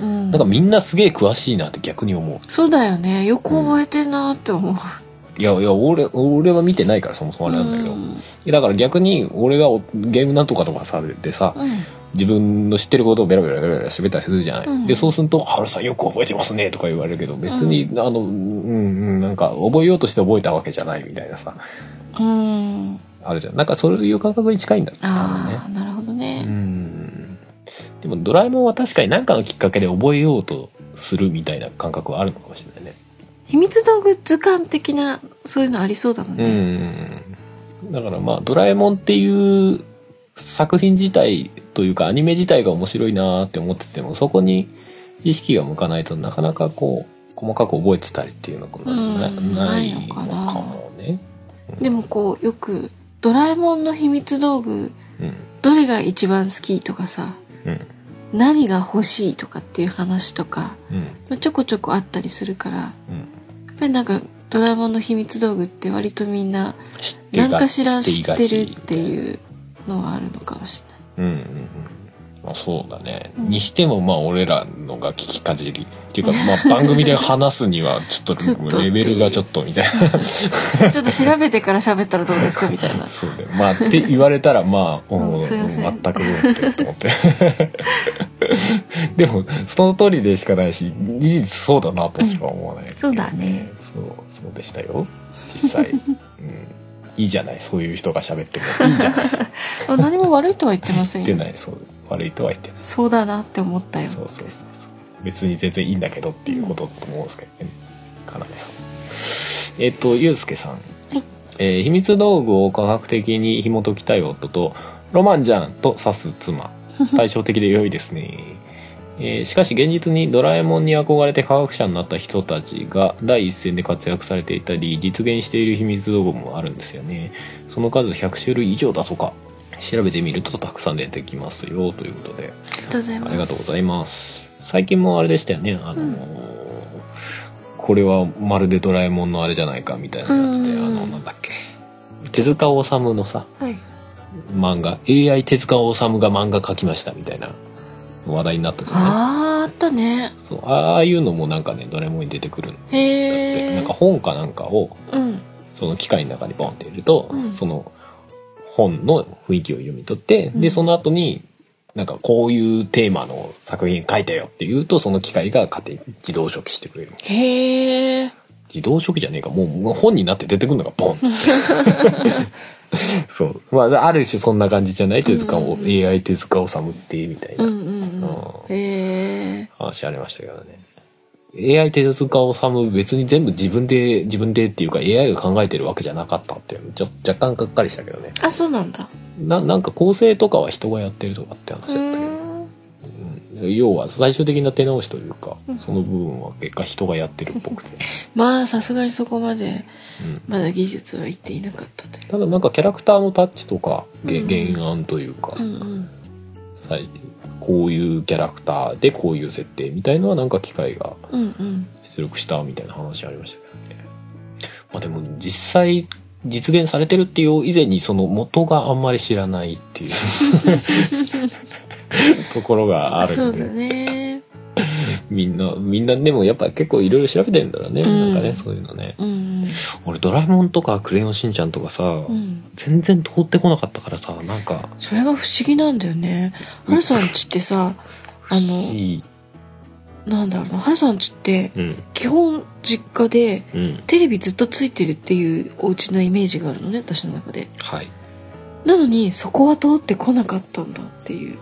[SPEAKER 2] うん
[SPEAKER 1] なんかみんなすげえ詳しいなって逆に思う。
[SPEAKER 2] そうだよねよく覚えてんなって思う、
[SPEAKER 1] いやいや、俺、俺は見てないからそもそもあれなんだけど。
[SPEAKER 2] うん
[SPEAKER 1] いやだから逆に俺がおゲームなんとかとかさ、でさ、
[SPEAKER 2] うん
[SPEAKER 1] 自分の知ってることをベラベラベラベラ喋ったりするじゃない。
[SPEAKER 2] うん
[SPEAKER 1] で、そうすると、春さんよく覚えてますねとか言われるけど、別に、あの、うんうん、なんか覚えようとして覚えたわけじゃないみたいなさ。
[SPEAKER 2] うん。
[SPEAKER 1] あるじゃん。なんかそういう感覚に近いんだろうね
[SPEAKER 2] ああ、なるほど
[SPEAKER 1] 多
[SPEAKER 2] ね。
[SPEAKER 1] 分ね。うん。でもドラえもんは確かに何かのきっかけで覚えようとするみたいな感覚はあるのかもしれないね。
[SPEAKER 2] 秘密道具図鑑的な、そういうのありそうだもんね。
[SPEAKER 1] うん。だからまあドラえもんっていう作品自体というかアニメ自体が面白いなーって思っててもそこに意識が向かないとなかなかこう細かく覚えてたりっていうのがな,、
[SPEAKER 2] うん
[SPEAKER 1] ない
[SPEAKER 2] ない
[SPEAKER 1] の
[SPEAKER 2] の
[SPEAKER 1] か
[SPEAKER 2] かな
[SPEAKER 1] もね。
[SPEAKER 2] でもこう、よく、ドラえもんの秘密道具、
[SPEAKER 1] うん。
[SPEAKER 2] どれが一番好きとかさ、
[SPEAKER 1] うん。
[SPEAKER 2] 何が欲しいとかっていう話とか、
[SPEAKER 1] うん。
[SPEAKER 2] ちょこちょこあったりするから、や
[SPEAKER 1] うん。
[SPEAKER 2] っぱりなんか、ドラえもんの秘密道具って割とみんな、
[SPEAKER 1] 知って
[SPEAKER 2] 何
[SPEAKER 1] が
[SPEAKER 2] かしら知
[SPEAKER 1] いが
[SPEAKER 2] って
[SPEAKER 1] ち
[SPEAKER 2] るっていうのはあるのかもしれない。
[SPEAKER 1] うんうんうん。まあそうだね。
[SPEAKER 2] うん
[SPEAKER 1] にしてもまあ俺らのが聞きかじり。っていうかまあ番組で話すにはちょ
[SPEAKER 2] ちょっ
[SPEAKER 1] っ
[SPEAKER 2] と
[SPEAKER 1] とレベルがちょっとみたい
[SPEAKER 2] ちょっと調べてから喋ったらどうですかみたい な
[SPEAKER 1] な。。そうだよ。まあって言われたらまあ、
[SPEAKER 2] うん
[SPEAKER 1] うん
[SPEAKER 2] すいません
[SPEAKER 1] 全くうんってと思って。 でもその通りでしかないし、事実そうだなとしか思わない、
[SPEAKER 2] そうだね。
[SPEAKER 1] そう、そうでしたよ。実際。うん。いいじゃない。そういう人が喋ってる。いい じゃない。
[SPEAKER 2] あ何も悪いとは言ってません
[SPEAKER 1] 言
[SPEAKER 2] よ。
[SPEAKER 1] ってない。そう。悪いとは言ってない。
[SPEAKER 2] そうだなって思ったよ。
[SPEAKER 1] そうそうそうそう別に全然いいんだけどっていうことだと思うんですけどねかなめさんえっとゆうすけさん、えー秘密道具を科学的に紐解きたい夫とロマンじゃんと指す 妻対照的で良いですねえーしかし現実にドラえもんに憧れて科学者になった人たちが第一線で活躍されていたり実現している秘密道具もあるんですよねその数100種類以上だとか調べてみるとたくさん出てきますよということで、
[SPEAKER 2] ありがとうございます。
[SPEAKER 1] ありがとうございます。最近もあれでしたよね、あのーこれはまるでドラえもんのあれじゃないかみたいなやつで、
[SPEAKER 2] うん
[SPEAKER 1] あの、なんだっけ。手塚治虫のさ、
[SPEAKER 2] はい。
[SPEAKER 1] 漫画、AI 手塚治虫が漫画描きましたみたいな話題になったじゃない
[SPEAKER 2] あー、あったね。
[SPEAKER 1] そう、ああいうのもなんかね、ドラえもんに出てくるんだっ
[SPEAKER 2] へ
[SPEAKER 1] て、
[SPEAKER 2] え。
[SPEAKER 1] なんか本かなんかを、
[SPEAKER 2] うん。
[SPEAKER 1] その機械の中にボンって入れると、
[SPEAKER 2] うん
[SPEAKER 1] その本の雰囲気を読み取って、
[SPEAKER 2] う
[SPEAKER 1] で、
[SPEAKER 2] ん
[SPEAKER 1] その後に、なんかこういうテーマの作品書いたよって言うと、その機械が勝手に自動書記してくれる。
[SPEAKER 2] へえ。
[SPEAKER 1] 自動書記じゃねえか、もうもう本になって出てくるのがボンっつ って。そう。まあ、ある種そんな感じじゃない手塚を、
[SPEAKER 2] うん
[SPEAKER 1] AI 手塚治虫って、みたい
[SPEAKER 2] うん
[SPEAKER 1] な
[SPEAKER 2] うん
[SPEAKER 1] あ
[SPEAKER 2] うん。へえ。
[SPEAKER 1] 話ありましたけどね。AI 手塚治虫別に全部自分で、自分でっていうか AI が考えてるわけじゃなかったっていうのちょ、若干がっかりしたけどね。
[SPEAKER 2] あ、そうなんだ。
[SPEAKER 1] ななんか構成とかは人がやってるとかって
[SPEAKER 2] う
[SPEAKER 1] 話だったけど、
[SPEAKER 2] ーん。
[SPEAKER 1] うん要は最終的な手直しというか、
[SPEAKER 2] うん
[SPEAKER 1] その部分は結果人がやってるっぽくて、
[SPEAKER 2] まあ、さすがにそこまで、
[SPEAKER 1] うん
[SPEAKER 2] まだ技術は言っていなかったという。
[SPEAKER 1] ただなんかキャラクターのタッチとか、げ
[SPEAKER 2] うん
[SPEAKER 1] 原案というか、
[SPEAKER 2] うんうん。
[SPEAKER 1] 最こういうキャラクターでこういう設定みたいのはなんか機械が
[SPEAKER 2] うんうん。
[SPEAKER 1] 出力したみたいな話ありましたけどね。まあでも実際実現されてるっていう以前にその元があんまり知らないって いう ところがあるんで
[SPEAKER 2] そうだね。
[SPEAKER 1] みんな、みんなでもやっぱ結構いろいろ調べてるんだろうね。
[SPEAKER 2] うん
[SPEAKER 1] なんかね、そういうのね。
[SPEAKER 2] うん
[SPEAKER 1] 俺、ドラえもんとかクレヨンしんちゃんとかさ、
[SPEAKER 2] うん。うん。
[SPEAKER 1] 全然通ってこなかったからさ、なんか、
[SPEAKER 2] それが不思議なんだよね。はるさんちってさ、あの、
[SPEAKER 1] いい。
[SPEAKER 2] なんだろうな、はるさんちって、
[SPEAKER 1] うん、
[SPEAKER 2] 基本実家で、
[SPEAKER 1] うん。
[SPEAKER 2] テレビずっとついてるっていうお家のイメージがあるのね、私の中で。
[SPEAKER 1] はい。
[SPEAKER 2] なのに、そこは通ってこなかったんだっていう。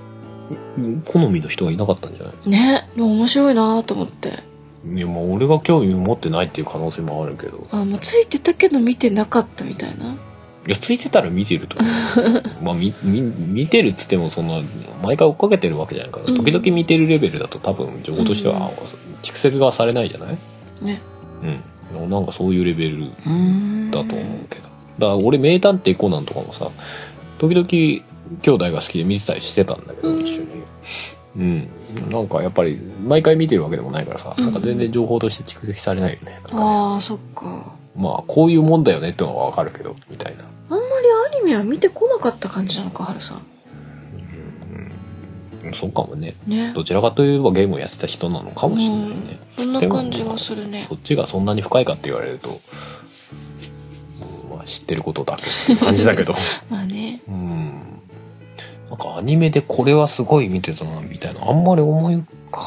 [SPEAKER 1] 好みの人がいなかったんじゃな
[SPEAKER 2] ね、でも面白いなと思って。
[SPEAKER 1] いいや、まあ俺が興味持ってないっていう可能性もあるけど。
[SPEAKER 2] あ、もうついてたけど見てなかったみたいな。
[SPEAKER 1] いや、ついてたら見てると思 う。まあ、み、み、見てるっつっても、そんな、毎回追っかけてるわけじゃないから、
[SPEAKER 2] うん
[SPEAKER 1] 時々見てるレベルだと多分、情報としては、蓄積がされないじゃない
[SPEAKER 2] ね。
[SPEAKER 1] うん。なんかそういうレベル
[SPEAKER 2] うーん
[SPEAKER 1] だと思うけど。だから俺、名探偵コナンとかもさ、時々兄弟が好きで見てたりしてたんだけど、
[SPEAKER 2] うん
[SPEAKER 1] 一緒に。うん。なんかやっぱり、毎回見てるわけでもないからさ、
[SPEAKER 2] うん
[SPEAKER 1] なんか全然情報として蓄積されないよね。
[SPEAKER 2] ああ、そっか。
[SPEAKER 1] まあ、こういうもんだよねってのはわかるけど、みたいな。
[SPEAKER 2] あんまりアニメは見てこなかった感じなのか、はるさん。
[SPEAKER 1] うんそうかもね。
[SPEAKER 2] ね。
[SPEAKER 1] どちらかといえばゲームをやってた人なのかもしれないね。
[SPEAKER 2] うんそんな感じがするね
[SPEAKER 1] でもまあそっちがそんなに深いかって言われると、うんまあ、知ってることだけっていう感じだ けど。
[SPEAKER 2] まあね。
[SPEAKER 1] うん。なんかアニメでこれはすごい見てたな、みたいな。あんまり思い浮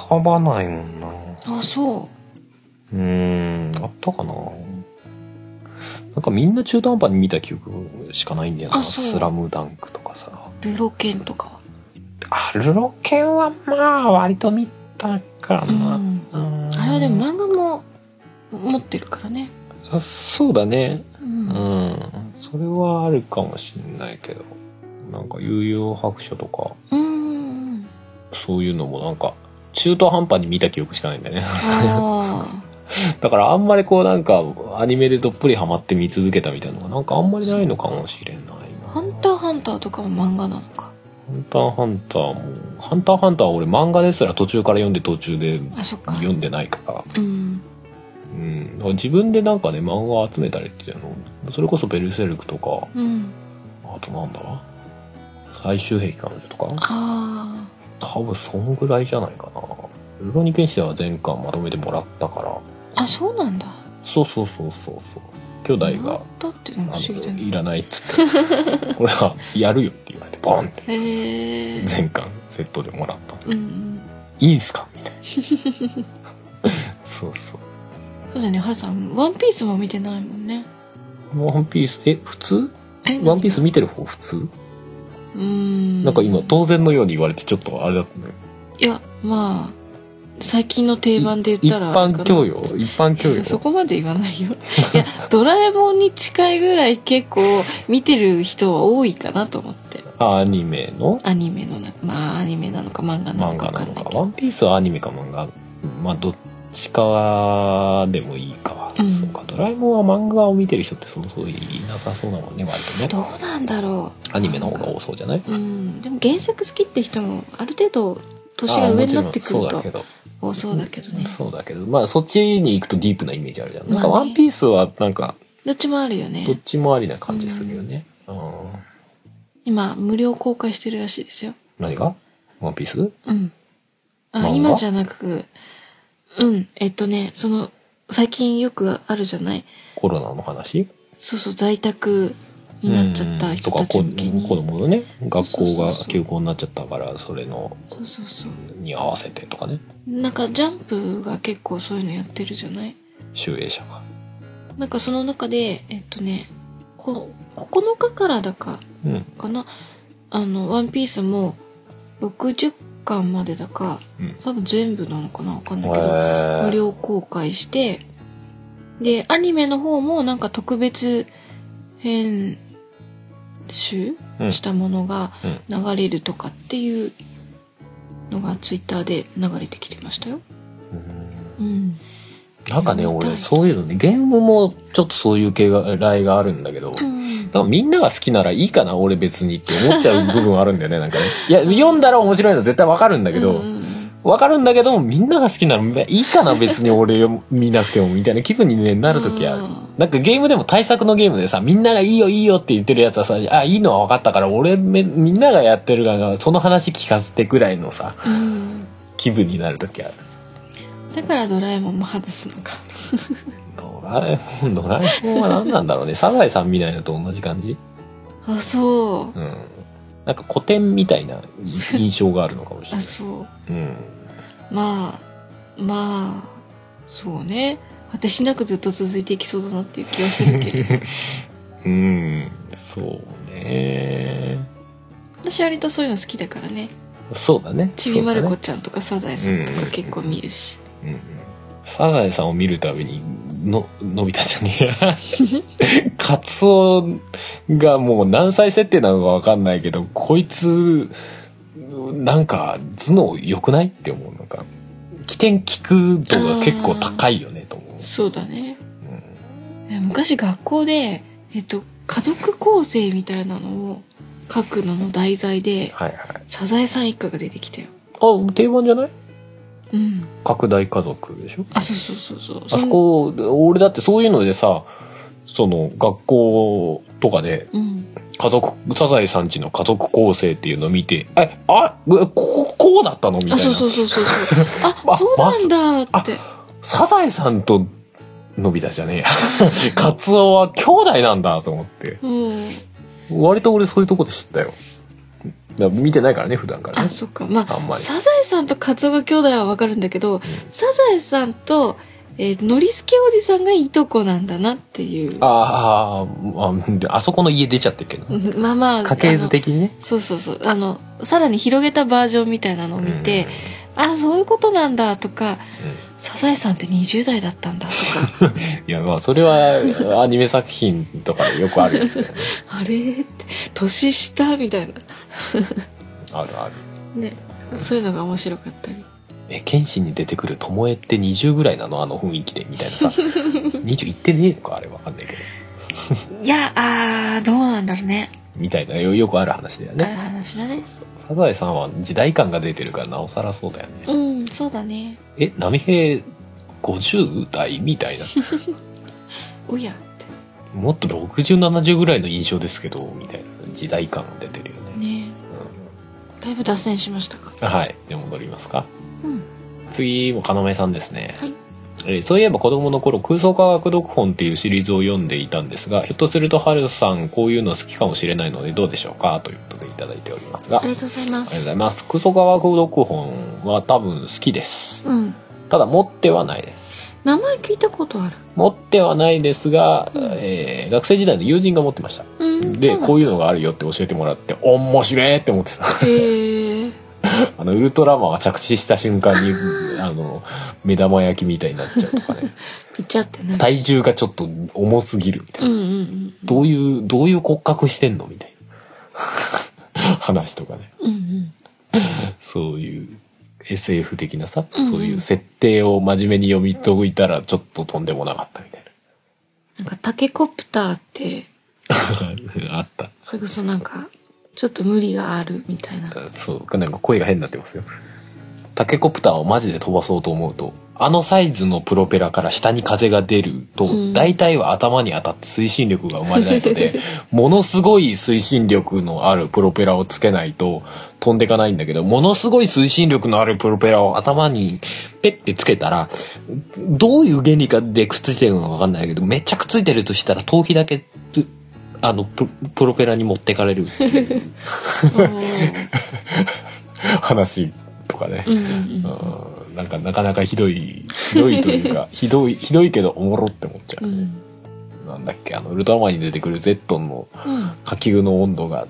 [SPEAKER 1] かばないもんな。
[SPEAKER 2] あ、そう
[SPEAKER 1] ーん、あったかな。なんかみんな中途半端に見た記憶しかないんだよな。
[SPEAKER 2] あそう
[SPEAKER 1] スラムダンクとかさ。
[SPEAKER 2] う。ルロケンとかは。
[SPEAKER 1] あ、ルロケンはまあ割と見たからな。うん
[SPEAKER 2] あれはでも漫画も持ってるからね。
[SPEAKER 1] あそうだね。
[SPEAKER 2] う。
[SPEAKER 1] うんん。それはあるかもしんないけど。なんか悠々白書とか、
[SPEAKER 2] うん。
[SPEAKER 1] そういうのもなんか、中途半端に見た記憶しかないんだよね。
[SPEAKER 2] ああ。
[SPEAKER 1] だからあんまりこうなんか、アニメでどっぷりハマって見続けたみたいなのがなんかあんまりないのかもしれないな。
[SPEAKER 2] ハンターハンターとかも漫画なのか。
[SPEAKER 1] ハンターハンターも、ハンターハンターは俺漫画ですら途中から読んで途中で
[SPEAKER 2] あ、そっか。
[SPEAKER 1] 読んでないから。
[SPEAKER 2] うん。
[SPEAKER 1] うん。だから自分でなんかね、漫画集めたりっていうの、それこそベルセルクとか、
[SPEAKER 2] うん。
[SPEAKER 1] あとなんだ最終兵器彼女とか
[SPEAKER 2] あ
[SPEAKER 1] 多分そんぐらいじゃないかな。ルロニケンシは前巻まとめてもらったから。
[SPEAKER 2] あ。あ、そうなんだ。
[SPEAKER 1] そうそうそうそうそう。兄弟が、
[SPEAKER 2] だっていうの
[SPEAKER 1] あ
[SPEAKER 2] 不思議だ
[SPEAKER 1] の、
[SPEAKER 2] ね。
[SPEAKER 1] いらないっつ って。これは、やるよって言われて、ボンって。
[SPEAKER 2] へえ。
[SPEAKER 1] 全巻セットでもらった。
[SPEAKER 2] うんうん。
[SPEAKER 1] いいんすかみたい な。そうそう。
[SPEAKER 2] そうだよね、はるさん、ワンピースも見てないもんね。
[SPEAKER 1] ワンピース、え、普通
[SPEAKER 2] え
[SPEAKER 1] ワンピース見てる方普通
[SPEAKER 2] うーん。
[SPEAKER 1] なんか今、当然のように言われてちょっとあれだったね。
[SPEAKER 2] いや、まあ、最近の定番で言ったら。
[SPEAKER 1] 一般教養一般教養。
[SPEAKER 2] そこまで言わないよ。いや、ドラえもんに近いぐらい結構見てる人は多いかなと思って。
[SPEAKER 1] アニメの
[SPEAKER 2] アニメのな、まあアニメなのか漫画な
[SPEAKER 1] 漫
[SPEAKER 2] のか
[SPEAKER 1] 画
[SPEAKER 2] わか
[SPEAKER 1] なの
[SPEAKER 2] んないけ
[SPEAKER 1] か。
[SPEAKER 2] ど。
[SPEAKER 1] ワンピースはアニメか漫画。まあ、どっちかでもいいか。
[SPEAKER 2] うん
[SPEAKER 1] そうか、ドラえもんは漫画を見てる人ってそもそもいなさそうだもんね、割とね。
[SPEAKER 2] どうなんだろ、
[SPEAKER 1] アニメの方が多そうじゃないう
[SPEAKER 2] うん、でも原作好きって人もある程度年が上になってく
[SPEAKER 1] あ
[SPEAKER 2] る
[SPEAKER 1] あもちろんそうだ
[SPEAKER 2] と
[SPEAKER 1] けど。
[SPEAKER 2] 多そうだけどね
[SPEAKER 1] そうだけど、まあそっちに行くとディープなイメージあるじゃん。なんか
[SPEAKER 2] まあ
[SPEAKER 1] ワ
[SPEAKER 2] ね
[SPEAKER 1] ンピースはなんか、
[SPEAKER 2] どっちもあるよ
[SPEAKER 1] どっ
[SPEAKER 2] ね
[SPEAKER 1] ちもありな感じするよね。うん。
[SPEAKER 2] 今無料公開してるらしいですよ
[SPEAKER 1] 何がワンピース
[SPEAKER 2] うん
[SPEAKER 1] 漫
[SPEAKER 2] あ
[SPEAKER 1] 画
[SPEAKER 2] 今じゃなくうんえっとねその最近よくあるじゃない
[SPEAKER 1] コロナの話
[SPEAKER 2] そうそう在宅になっちゃった人たち
[SPEAKER 1] うん
[SPEAKER 2] 向
[SPEAKER 1] と
[SPEAKER 2] け
[SPEAKER 1] か
[SPEAKER 2] に
[SPEAKER 1] こ子供のね、学校
[SPEAKER 2] そう
[SPEAKER 1] が
[SPEAKER 2] そうそう
[SPEAKER 1] 休校になっちゃったから、それの、
[SPEAKER 2] そうそうそう
[SPEAKER 1] に合わせてとかね。
[SPEAKER 2] なんかジャンプが結構そういうのやってるじゃない
[SPEAKER 1] 集英社が。
[SPEAKER 2] なんかその中でえっとねこ9日からだか
[SPEAKER 1] うん。
[SPEAKER 2] かなあの「ワンピースも60巻までだか、
[SPEAKER 1] うん
[SPEAKER 2] 多分全部なのかなわかん
[SPEAKER 1] へ
[SPEAKER 2] ないけど無
[SPEAKER 1] ー
[SPEAKER 2] 料公開してでアニメの方もなんか特別編集
[SPEAKER 1] うん
[SPEAKER 2] したものが流れるとかっていうのがツイッターで流れてきてましたよ。
[SPEAKER 1] うん
[SPEAKER 2] うん、
[SPEAKER 1] なんかね、
[SPEAKER 2] 読みたい
[SPEAKER 1] 俺、そういうのね、ゲームもちょっとそういう系が、来があるんだけど、
[SPEAKER 2] うん
[SPEAKER 1] なんかみんなが好きならいいかな、俺別にって思っちゃう部分あるんだよね、なんかね。 いや、読んだら面白いの絶対わかるんだけ
[SPEAKER 2] う
[SPEAKER 1] ど、
[SPEAKER 2] ん
[SPEAKER 1] わかるんだけど、みんなが好きならいいかな、別に俺見なくても、みたいな気分に、ね、なるときある
[SPEAKER 2] うん。
[SPEAKER 1] なんかゲームでも対策のゲームでさ、みんながいいよいいよって言ってるやつはさ、あ、いいのは分かったから、俺め、みんながやってるから、その話聞かせてくらいのさ、
[SPEAKER 2] うん
[SPEAKER 1] 気分になるときある。
[SPEAKER 2] だからドラえもんも外すのか。
[SPEAKER 1] ド ラえもん、ドラえもんは何なんだろうね。サザエさんみたいなのと同じ感じ
[SPEAKER 2] あそう
[SPEAKER 1] うん。なんか古典みたいな印象があるのかもしれ
[SPEAKER 2] あ
[SPEAKER 1] ない。
[SPEAKER 2] そう。
[SPEAKER 1] うん。
[SPEAKER 2] まあまあそうね果てしなくずっと続いていきそうだなっていう気はするけど
[SPEAKER 1] うん。そうね。
[SPEAKER 2] 私割とそういうの好きだからね
[SPEAKER 1] そうだね。
[SPEAKER 2] ちびまる
[SPEAKER 1] そう
[SPEAKER 2] 子
[SPEAKER 1] だね
[SPEAKER 2] ちゃんとかサザエさんとか結構見るし、
[SPEAKER 1] うんうん。サザエさんを見るたびに、の、 のび太じゃねえや。 カツオがもう何歳設定なのかわかんないけど、こいつ、なんか頭脳良くないって思う。なんか、起点聞く度が結構高いよね、と思う。
[SPEAKER 2] そうだね
[SPEAKER 1] うん
[SPEAKER 2] え昔学校でえっと家族構成みたいなのを書くのの題材で
[SPEAKER 1] はいはい。
[SPEAKER 2] サザエさん一家が出てきたよ
[SPEAKER 1] あ、定番じゃない
[SPEAKER 2] うん
[SPEAKER 1] 拡大家族でしょ
[SPEAKER 2] あそうそうそうそう
[SPEAKER 1] あそこ、俺だってそういうのでさ、その学校とかで
[SPEAKER 2] うん
[SPEAKER 1] 家族、サザエさんちの家族構成っていうのを見て、え、あ、えこここうだったのみたいな。
[SPEAKER 2] あそうそうそうそう そうあ
[SPEAKER 1] あ
[SPEAKER 2] そうなんだって
[SPEAKER 1] サザエさんとのび太じゃねえや。 カツオは兄弟なんだと思って。
[SPEAKER 2] うん
[SPEAKER 1] 割と俺そういうとこで知ったよ。だから見てないからね、普段から
[SPEAKER 2] あ、
[SPEAKER 1] ね。
[SPEAKER 2] そっか。まあ、
[SPEAKER 1] あんまり
[SPEAKER 2] サザエさんとカツオが兄弟はわかるんだけど、サザエさんと、えー、ノリスケおじさんがいとこなんだなっていう。
[SPEAKER 1] あーあー、ああそこの家出ちゃってるけど。
[SPEAKER 2] うん まあまあ。
[SPEAKER 1] 家系図的にね
[SPEAKER 2] あ。の。そうそうそう。あの、さらに広げたバージョンみたいなのを見て、あ、そういうことなんだとか、
[SPEAKER 1] うん、うん
[SPEAKER 2] サザエさんって20代だったんだ とか、
[SPEAKER 1] いや、まあ、それは、アニメ作品とかでよくあるやつだよね。
[SPEAKER 2] あれって、年下みたいな。
[SPEAKER 1] あるある。
[SPEAKER 2] ね。そういうのが面白かったり。
[SPEAKER 1] え、剣心に出てくる巴って20ぐらいなのあの雰囲気で、みたいなさ。20いってねえのかあれわかんないけど。
[SPEAKER 2] いや、あー、どうなんだろうね。
[SPEAKER 1] みたいな、よよくある話だよ
[SPEAKER 2] ある
[SPEAKER 1] ね。
[SPEAKER 2] 話だね。
[SPEAKER 1] そうサザエさんは時代感が出てるから、なおさらそうだよね。
[SPEAKER 2] うん、そうだね。
[SPEAKER 1] え、波平50代みたいな。
[SPEAKER 2] おやって。
[SPEAKER 1] もっと60、70ぐらいの印象ですけど、みたいな。時代感が出てるよね。
[SPEAKER 2] ねだいぶ脱線しましたか
[SPEAKER 1] うんはい。で、戻りますか。
[SPEAKER 2] うん
[SPEAKER 1] 次も、かなめさんですね。
[SPEAKER 2] はい
[SPEAKER 1] えーそういえば子供の頃空想科学読本っていうシリーズを読んでいたんですが、ひょっとするとハルさんこういうの好きかもしれないのでどうでしょうかということでいただいておりますが、あ
[SPEAKER 2] あ
[SPEAKER 1] り
[SPEAKER 2] り
[SPEAKER 1] が
[SPEAKER 2] がとうござい
[SPEAKER 1] と
[SPEAKER 2] ま
[SPEAKER 1] うご
[SPEAKER 2] す
[SPEAKER 1] ざいます。空想科学読本は多分好きです。
[SPEAKER 2] うん
[SPEAKER 1] ただ持ってはないです。
[SPEAKER 2] 名前聞いたことある
[SPEAKER 1] 持ってはないですが、
[SPEAKER 2] うん
[SPEAKER 1] えー学生時代の友人が持ってました。
[SPEAKER 2] うん
[SPEAKER 1] で、こう
[SPEAKER 2] い
[SPEAKER 1] いうのがあるよって教えてもらって、面白いって思ってた。
[SPEAKER 2] へえ
[SPEAKER 1] あの、ウルトラマンが着地した瞬間 に、あの、目玉焼きみたいになっちゃうとかね。
[SPEAKER 2] いっちゃってない
[SPEAKER 1] 体重がちょっと重すぎるみたいな。
[SPEAKER 2] うんうん
[SPEAKER 1] どういう、どういう骨格してんのみたいな。 話とかね。
[SPEAKER 2] うんうん
[SPEAKER 1] そういう SF 的なさ、
[SPEAKER 2] うんうん
[SPEAKER 1] そういう設定を真面目に読み解いたらちょっととんでもなかったみたいな。
[SPEAKER 2] なんかタケコプターって、
[SPEAKER 1] あった。
[SPEAKER 2] それこそなんか、ちょっと無理があるみたいな。
[SPEAKER 1] そうか、なんか声が変になってますよ。タケコプターをマジで飛ばそうと思うと、あのサイズのプロペラから下に風が出ると、
[SPEAKER 2] うん
[SPEAKER 1] 大体は頭に当たって推進力が生まれないの で、ものすごい推進力のあるプロペラをつけないと飛んでいかないんだけど、ものすごい推進力のあるプロペラを頭にペッてつけたら、どういう原理かでくっついてるのかわかんないけど、めっちゃくっついてるとしたら頭皮だけ、あの、ププロペラに持ってかれるっていう話とかね。
[SPEAKER 2] うんうんうん
[SPEAKER 1] うんなんかなかなかひどい、ひどいという か、ひどい、ひどいけどおもろって思っちゃ
[SPEAKER 2] う
[SPEAKER 1] う。
[SPEAKER 2] ん。
[SPEAKER 1] なんだっけ、あの、ウルトラマンに出てくるゼットンの
[SPEAKER 2] うん。
[SPEAKER 1] 火球の温度が、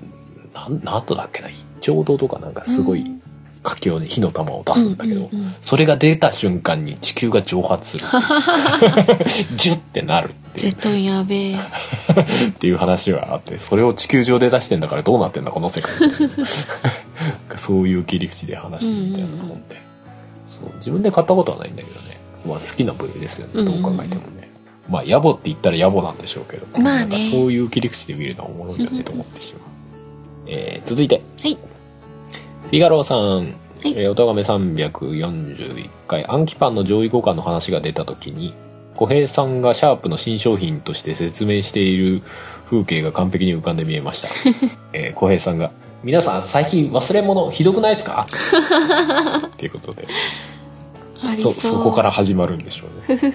[SPEAKER 1] なん、なんとだっけな、一兆度とかなんかすごい
[SPEAKER 2] うん
[SPEAKER 1] 火球をね、火の玉を出すんだけど、
[SPEAKER 2] うんうんうん
[SPEAKER 1] それが出た瞬間に地球が蒸発する。 ジュってなるって
[SPEAKER 2] ゼ
[SPEAKER 1] いう
[SPEAKER 2] ットンやべえ。
[SPEAKER 1] っていう話はあって、それを地球上で出してんだからどうなってんだ、この世界。なん かそういう切り口で話してみたような本で、そう自分で買ったことはないんだけどね、まあ、好きな部類ですよねどう考えてもね、まあ野暮って言ったら野暮なんでしょうけど、
[SPEAKER 2] まあ
[SPEAKER 1] な
[SPEAKER 2] ね
[SPEAKER 1] んかそういう切り口で見るのはおもろいんだねと思ってしまう、えー続いて
[SPEAKER 2] はい。
[SPEAKER 1] フィガローさん、
[SPEAKER 2] い
[SPEAKER 1] えー、おとがめ341回、暗記パンの上位互換の話が出た時に、小平さんがシャープの新商品として説明している風景が完璧に浮かんで見えました。えー、小平さんが、皆さん最近忘れ物ひどくないですかっていうことで、
[SPEAKER 2] あり。
[SPEAKER 1] そ、そこからら始まるんでしょうね。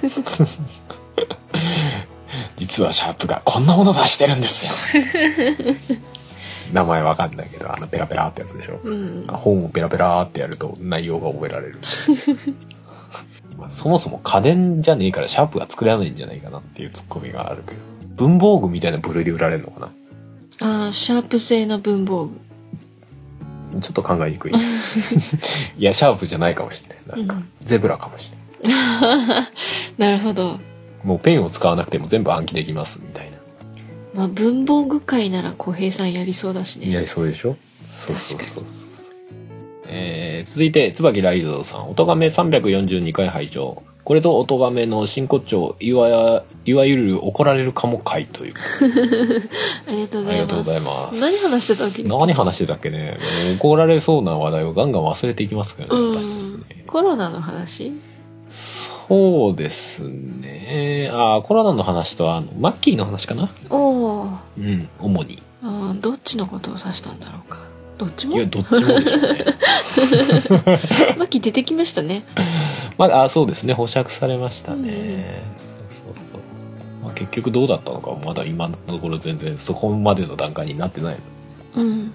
[SPEAKER 1] 実はシャープがこんなもの出してるんですよ。名前わかんないけど、あのペラペラってやつでしょ。
[SPEAKER 2] うん。
[SPEAKER 1] 本をペラペラーってやると内容が覚えられる。 まあそもそも家電じゃねえからシャープが作らないんじゃないかなっていうツッコミがあるけど。文房具みたいな部類で売られるのかな
[SPEAKER 2] ああ、シャープ製の文房具。
[SPEAKER 1] ちょっと考え にくい。いや、シャープじゃないかもしれない。なんか、
[SPEAKER 2] うん
[SPEAKER 1] ゼブラかもしれない。
[SPEAKER 2] なるほど。
[SPEAKER 1] もうペンを使わなくても全部暗記できますみたいな。
[SPEAKER 2] まあ、文房具界なら小平さんやりそうだし
[SPEAKER 1] や
[SPEAKER 2] ね。
[SPEAKER 1] りそうでしょそうそうそうそう。えー、続いて、椿ライドさん、音亀342回拝聴これぞ音亀の真骨頂、いわや、いわゆる怒られるかも会という。
[SPEAKER 2] ありがとうご
[SPEAKER 1] あ
[SPEAKER 2] ざ
[SPEAKER 1] り
[SPEAKER 2] い
[SPEAKER 1] がとう
[SPEAKER 2] ま
[SPEAKER 1] ご
[SPEAKER 2] す。
[SPEAKER 1] ざいます。
[SPEAKER 2] 何話してたっけ
[SPEAKER 1] 何話してたっけね。もう怒られそうな話題をガンガン忘れていきますからね、
[SPEAKER 2] う
[SPEAKER 1] 私たち
[SPEAKER 2] ん
[SPEAKER 1] ね。。
[SPEAKER 2] コロナの話
[SPEAKER 1] そうですね。あーコロナの話と、あの、マッキーの話かな
[SPEAKER 2] おお。
[SPEAKER 1] うん、主に。
[SPEAKER 2] あーどっちのことを指したんだろうか。どっち
[SPEAKER 1] い
[SPEAKER 2] も
[SPEAKER 1] や、どっちもでしょうね。
[SPEAKER 2] マキ出てきましたね。
[SPEAKER 1] まあ、あそうですね保釈されましたね、そうそうそう、まあ、結局どうだったのかはまだ今のところ全然そこまでの段階になってない
[SPEAKER 2] うん。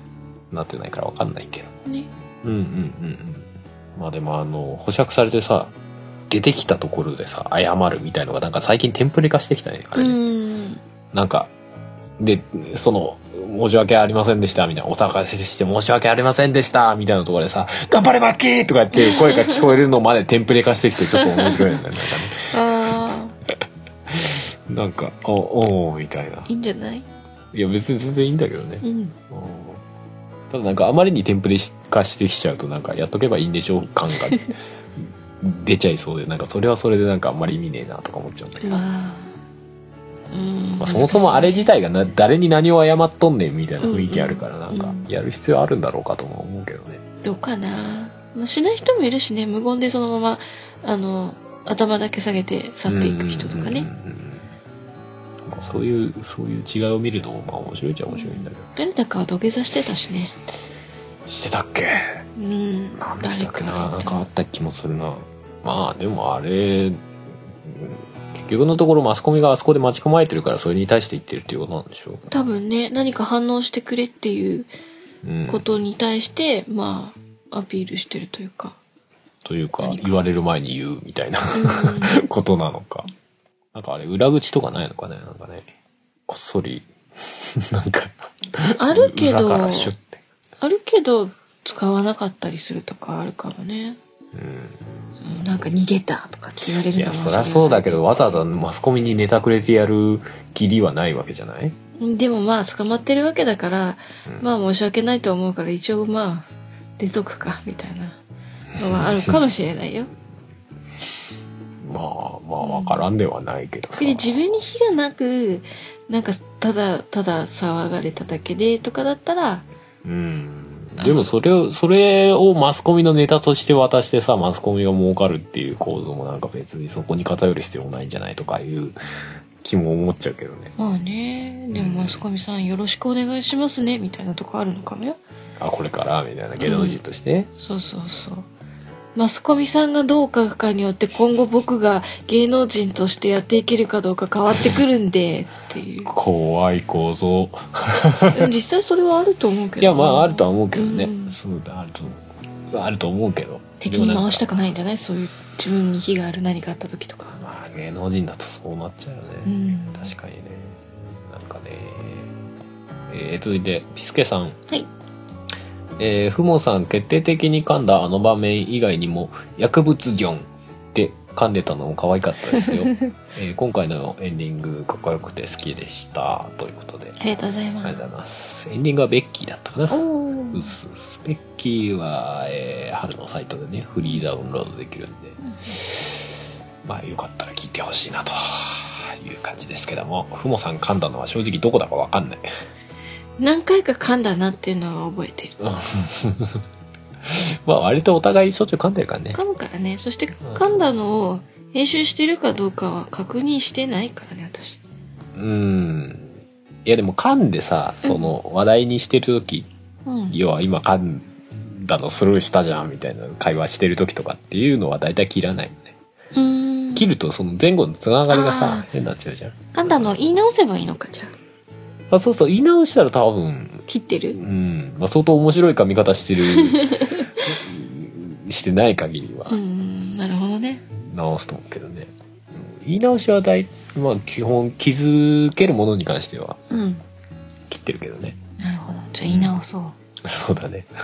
[SPEAKER 1] なってないからわかんないけど
[SPEAKER 2] ね。
[SPEAKER 1] うんうんうんうんまあでもあの保釈されてさ出てきたところでさ謝るみたいのがなんか最近テンプレ化してきたねあ
[SPEAKER 2] う
[SPEAKER 1] れね、
[SPEAKER 2] ん。
[SPEAKER 1] なんかでその申し訳ありませんでしたみたいなお騒がせして申し訳ありませんでしたみたいなところでさ「頑張れマッキー!」とかっていう声が聞こえるのまでテンプレ化してきてちょっと面白いよねなんかね
[SPEAKER 2] あ
[SPEAKER 1] なんか、お、おーみたいな
[SPEAKER 2] あ、い。いんじゃない
[SPEAKER 1] いや、別に全然いいんだけどね
[SPEAKER 2] う。ん。
[SPEAKER 1] うんただなんか、あまりにテンプレ化してきちゃうと、なんか、やっとけばいいんでしょう感 が出ちゃいそうで、なんか、それはそれでなんか、あんまり意味ねえなとか思っちゃうんだけど。ま
[SPEAKER 2] まあ。うん。
[SPEAKER 1] あ、そもそもあれ自体がな、誰に何を謝っとんねんみたいな
[SPEAKER 2] うんうん
[SPEAKER 1] 雰囲気あるから、なんか
[SPEAKER 2] うん、
[SPEAKER 1] やる必要あるんだろうかとも思うけどね。
[SPEAKER 2] どうかな。まあ、しない人もいるしね、無言でそのまま、あの、頭だけ下げて去っていく人とか
[SPEAKER 1] うん
[SPEAKER 2] ね。
[SPEAKER 1] うんうんうん。まあそういう、そういう違いを見るのも、まあ、面白いっちゃ面白いんだけど。
[SPEAKER 2] 誰だかは土下座してたしね。
[SPEAKER 1] してたっけ
[SPEAKER 2] うん。
[SPEAKER 1] なんだ
[SPEAKER 2] 誰
[SPEAKER 1] っけ
[SPEAKER 2] か
[SPEAKER 1] な、
[SPEAKER 2] が
[SPEAKER 1] ないん
[SPEAKER 2] た
[SPEAKER 1] かあった気もするな。まあでもあれ、うん結局のところマスコミがあそこで待ち構えてるからそれに対して言ってるっていうことなんでしょう。
[SPEAKER 2] 多分ね、何か反応してくれっていう
[SPEAKER 1] うん。
[SPEAKER 2] ことに対して、まあ、アピールしてるというか。
[SPEAKER 1] というか
[SPEAKER 2] 何、か
[SPEAKER 1] 言われる前に言うみたいな ことなのか。なんかあれ、裏口とかないのかねなんかね。こっそり、 なんか、
[SPEAKER 2] あるけど
[SPEAKER 1] 裏からシュッて。
[SPEAKER 2] あるけど、使わなかったりするとかあるかもね。うん。なんか逃げたとか言われる
[SPEAKER 1] い
[SPEAKER 2] の
[SPEAKER 1] や、
[SPEAKER 2] も
[SPEAKER 1] そりゃそうだけ
[SPEAKER 2] ど。
[SPEAKER 1] ど、わざわざマスコミにネタくれてやる義理はないわけじゃない
[SPEAKER 2] でもまあ、捕まってるわけだから、まあ申し訳ないと思うから、一応まあ、 出とくか、みたいなのはあるかもしれないよ。
[SPEAKER 1] まあまあわからんではないけどさ
[SPEAKER 2] で自分に非がなくなんかただただ騒がれただけでとかだったら
[SPEAKER 1] うんでもそれをそれをマスコミのネタとして渡してさマスコミが儲かるっていう構造もなんか別にそこに偏る必要ないんじゃないとかいう気も思っちゃうけどね
[SPEAKER 2] まあねでもマスコミさんよろしくお願いしますねみたいなとこあるのかもよ
[SPEAKER 1] あこれからみたいな芸能人として、
[SPEAKER 2] そうそうそうマスコミさんがどう書くかによって今後僕が芸能人としてやっていけるかどうか変わってくるんでって いう
[SPEAKER 1] 怖い構造
[SPEAKER 2] でも実際それはあると思うけど
[SPEAKER 1] いやまああるとは思うけどね、
[SPEAKER 2] うん
[SPEAKER 1] そうあると思うあると思うけど
[SPEAKER 2] 敵に回し
[SPEAKER 1] で
[SPEAKER 2] たくないんじゃないそういう自分に非がある何かあった時とか
[SPEAKER 1] もなんかまあ芸能人だとそうなっちゃうよね、
[SPEAKER 2] うん
[SPEAKER 1] 確かにねなんかねえー続いてピスケさん
[SPEAKER 2] はい
[SPEAKER 1] えー、ふもさん決定的に噛んだあの場面以外にも薬物ジョンって噛んでたのも可愛かったですよ、えー今回のエンディングかっこよくて好きでしたということで
[SPEAKER 2] ありがとうござい
[SPEAKER 1] あ
[SPEAKER 2] ま
[SPEAKER 1] りがと
[SPEAKER 2] す
[SPEAKER 1] うございますエンディングはベッキーだったかな
[SPEAKER 2] お
[SPEAKER 1] うっ
[SPEAKER 2] ー
[SPEAKER 1] すうっすベッキーは、えー春のサイトでねフリーダウンロードできるんで、まあよかったら聞いてほしいなという感じですけどもふもさん噛んだのは正直どこだかわかんない
[SPEAKER 2] 何回か噛んだなっていうのは覚えてる
[SPEAKER 1] まあ割とお互いしょっちゅう噛んでるからね
[SPEAKER 2] 噛むからねそして噛んだのを編集してるかどうかは確認してないからね私
[SPEAKER 1] うん。いやでも噛んでさ、その話題にしてる時、
[SPEAKER 2] うん
[SPEAKER 1] 要は今噛んだのスルーしたじゃんみたいな会話してる時とかっていうのは大体切らないよね。
[SPEAKER 2] うーん
[SPEAKER 1] 切るとその前後のつながりが
[SPEAKER 2] あ
[SPEAKER 1] さ
[SPEAKER 2] ー、
[SPEAKER 1] 変になっちゃうじゃん。
[SPEAKER 2] 噛んだのを言い直せばいいのかじゃあ
[SPEAKER 1] あそうそう、言い直したら多分、
[SPEAKER 2] 切って
[SPEAKER 1] う
[SPEAKER 2] る
[SPEAKER 1] ん、まあ、相当面白い噛み方してる、 うんしてない限りは
[SPEAKER 2] うーんなるほどね
[SPEAKER 1] 直すと思うけどね。うん言い直しは大、まあ基本気づけるものに関しては
[SPEAKER 2] うん
[SPEAKER 1] 切ってるけどね。
[SPEAKER 2] なるほどじゃあ言い直そう
[SPEAKER 1] そうだね。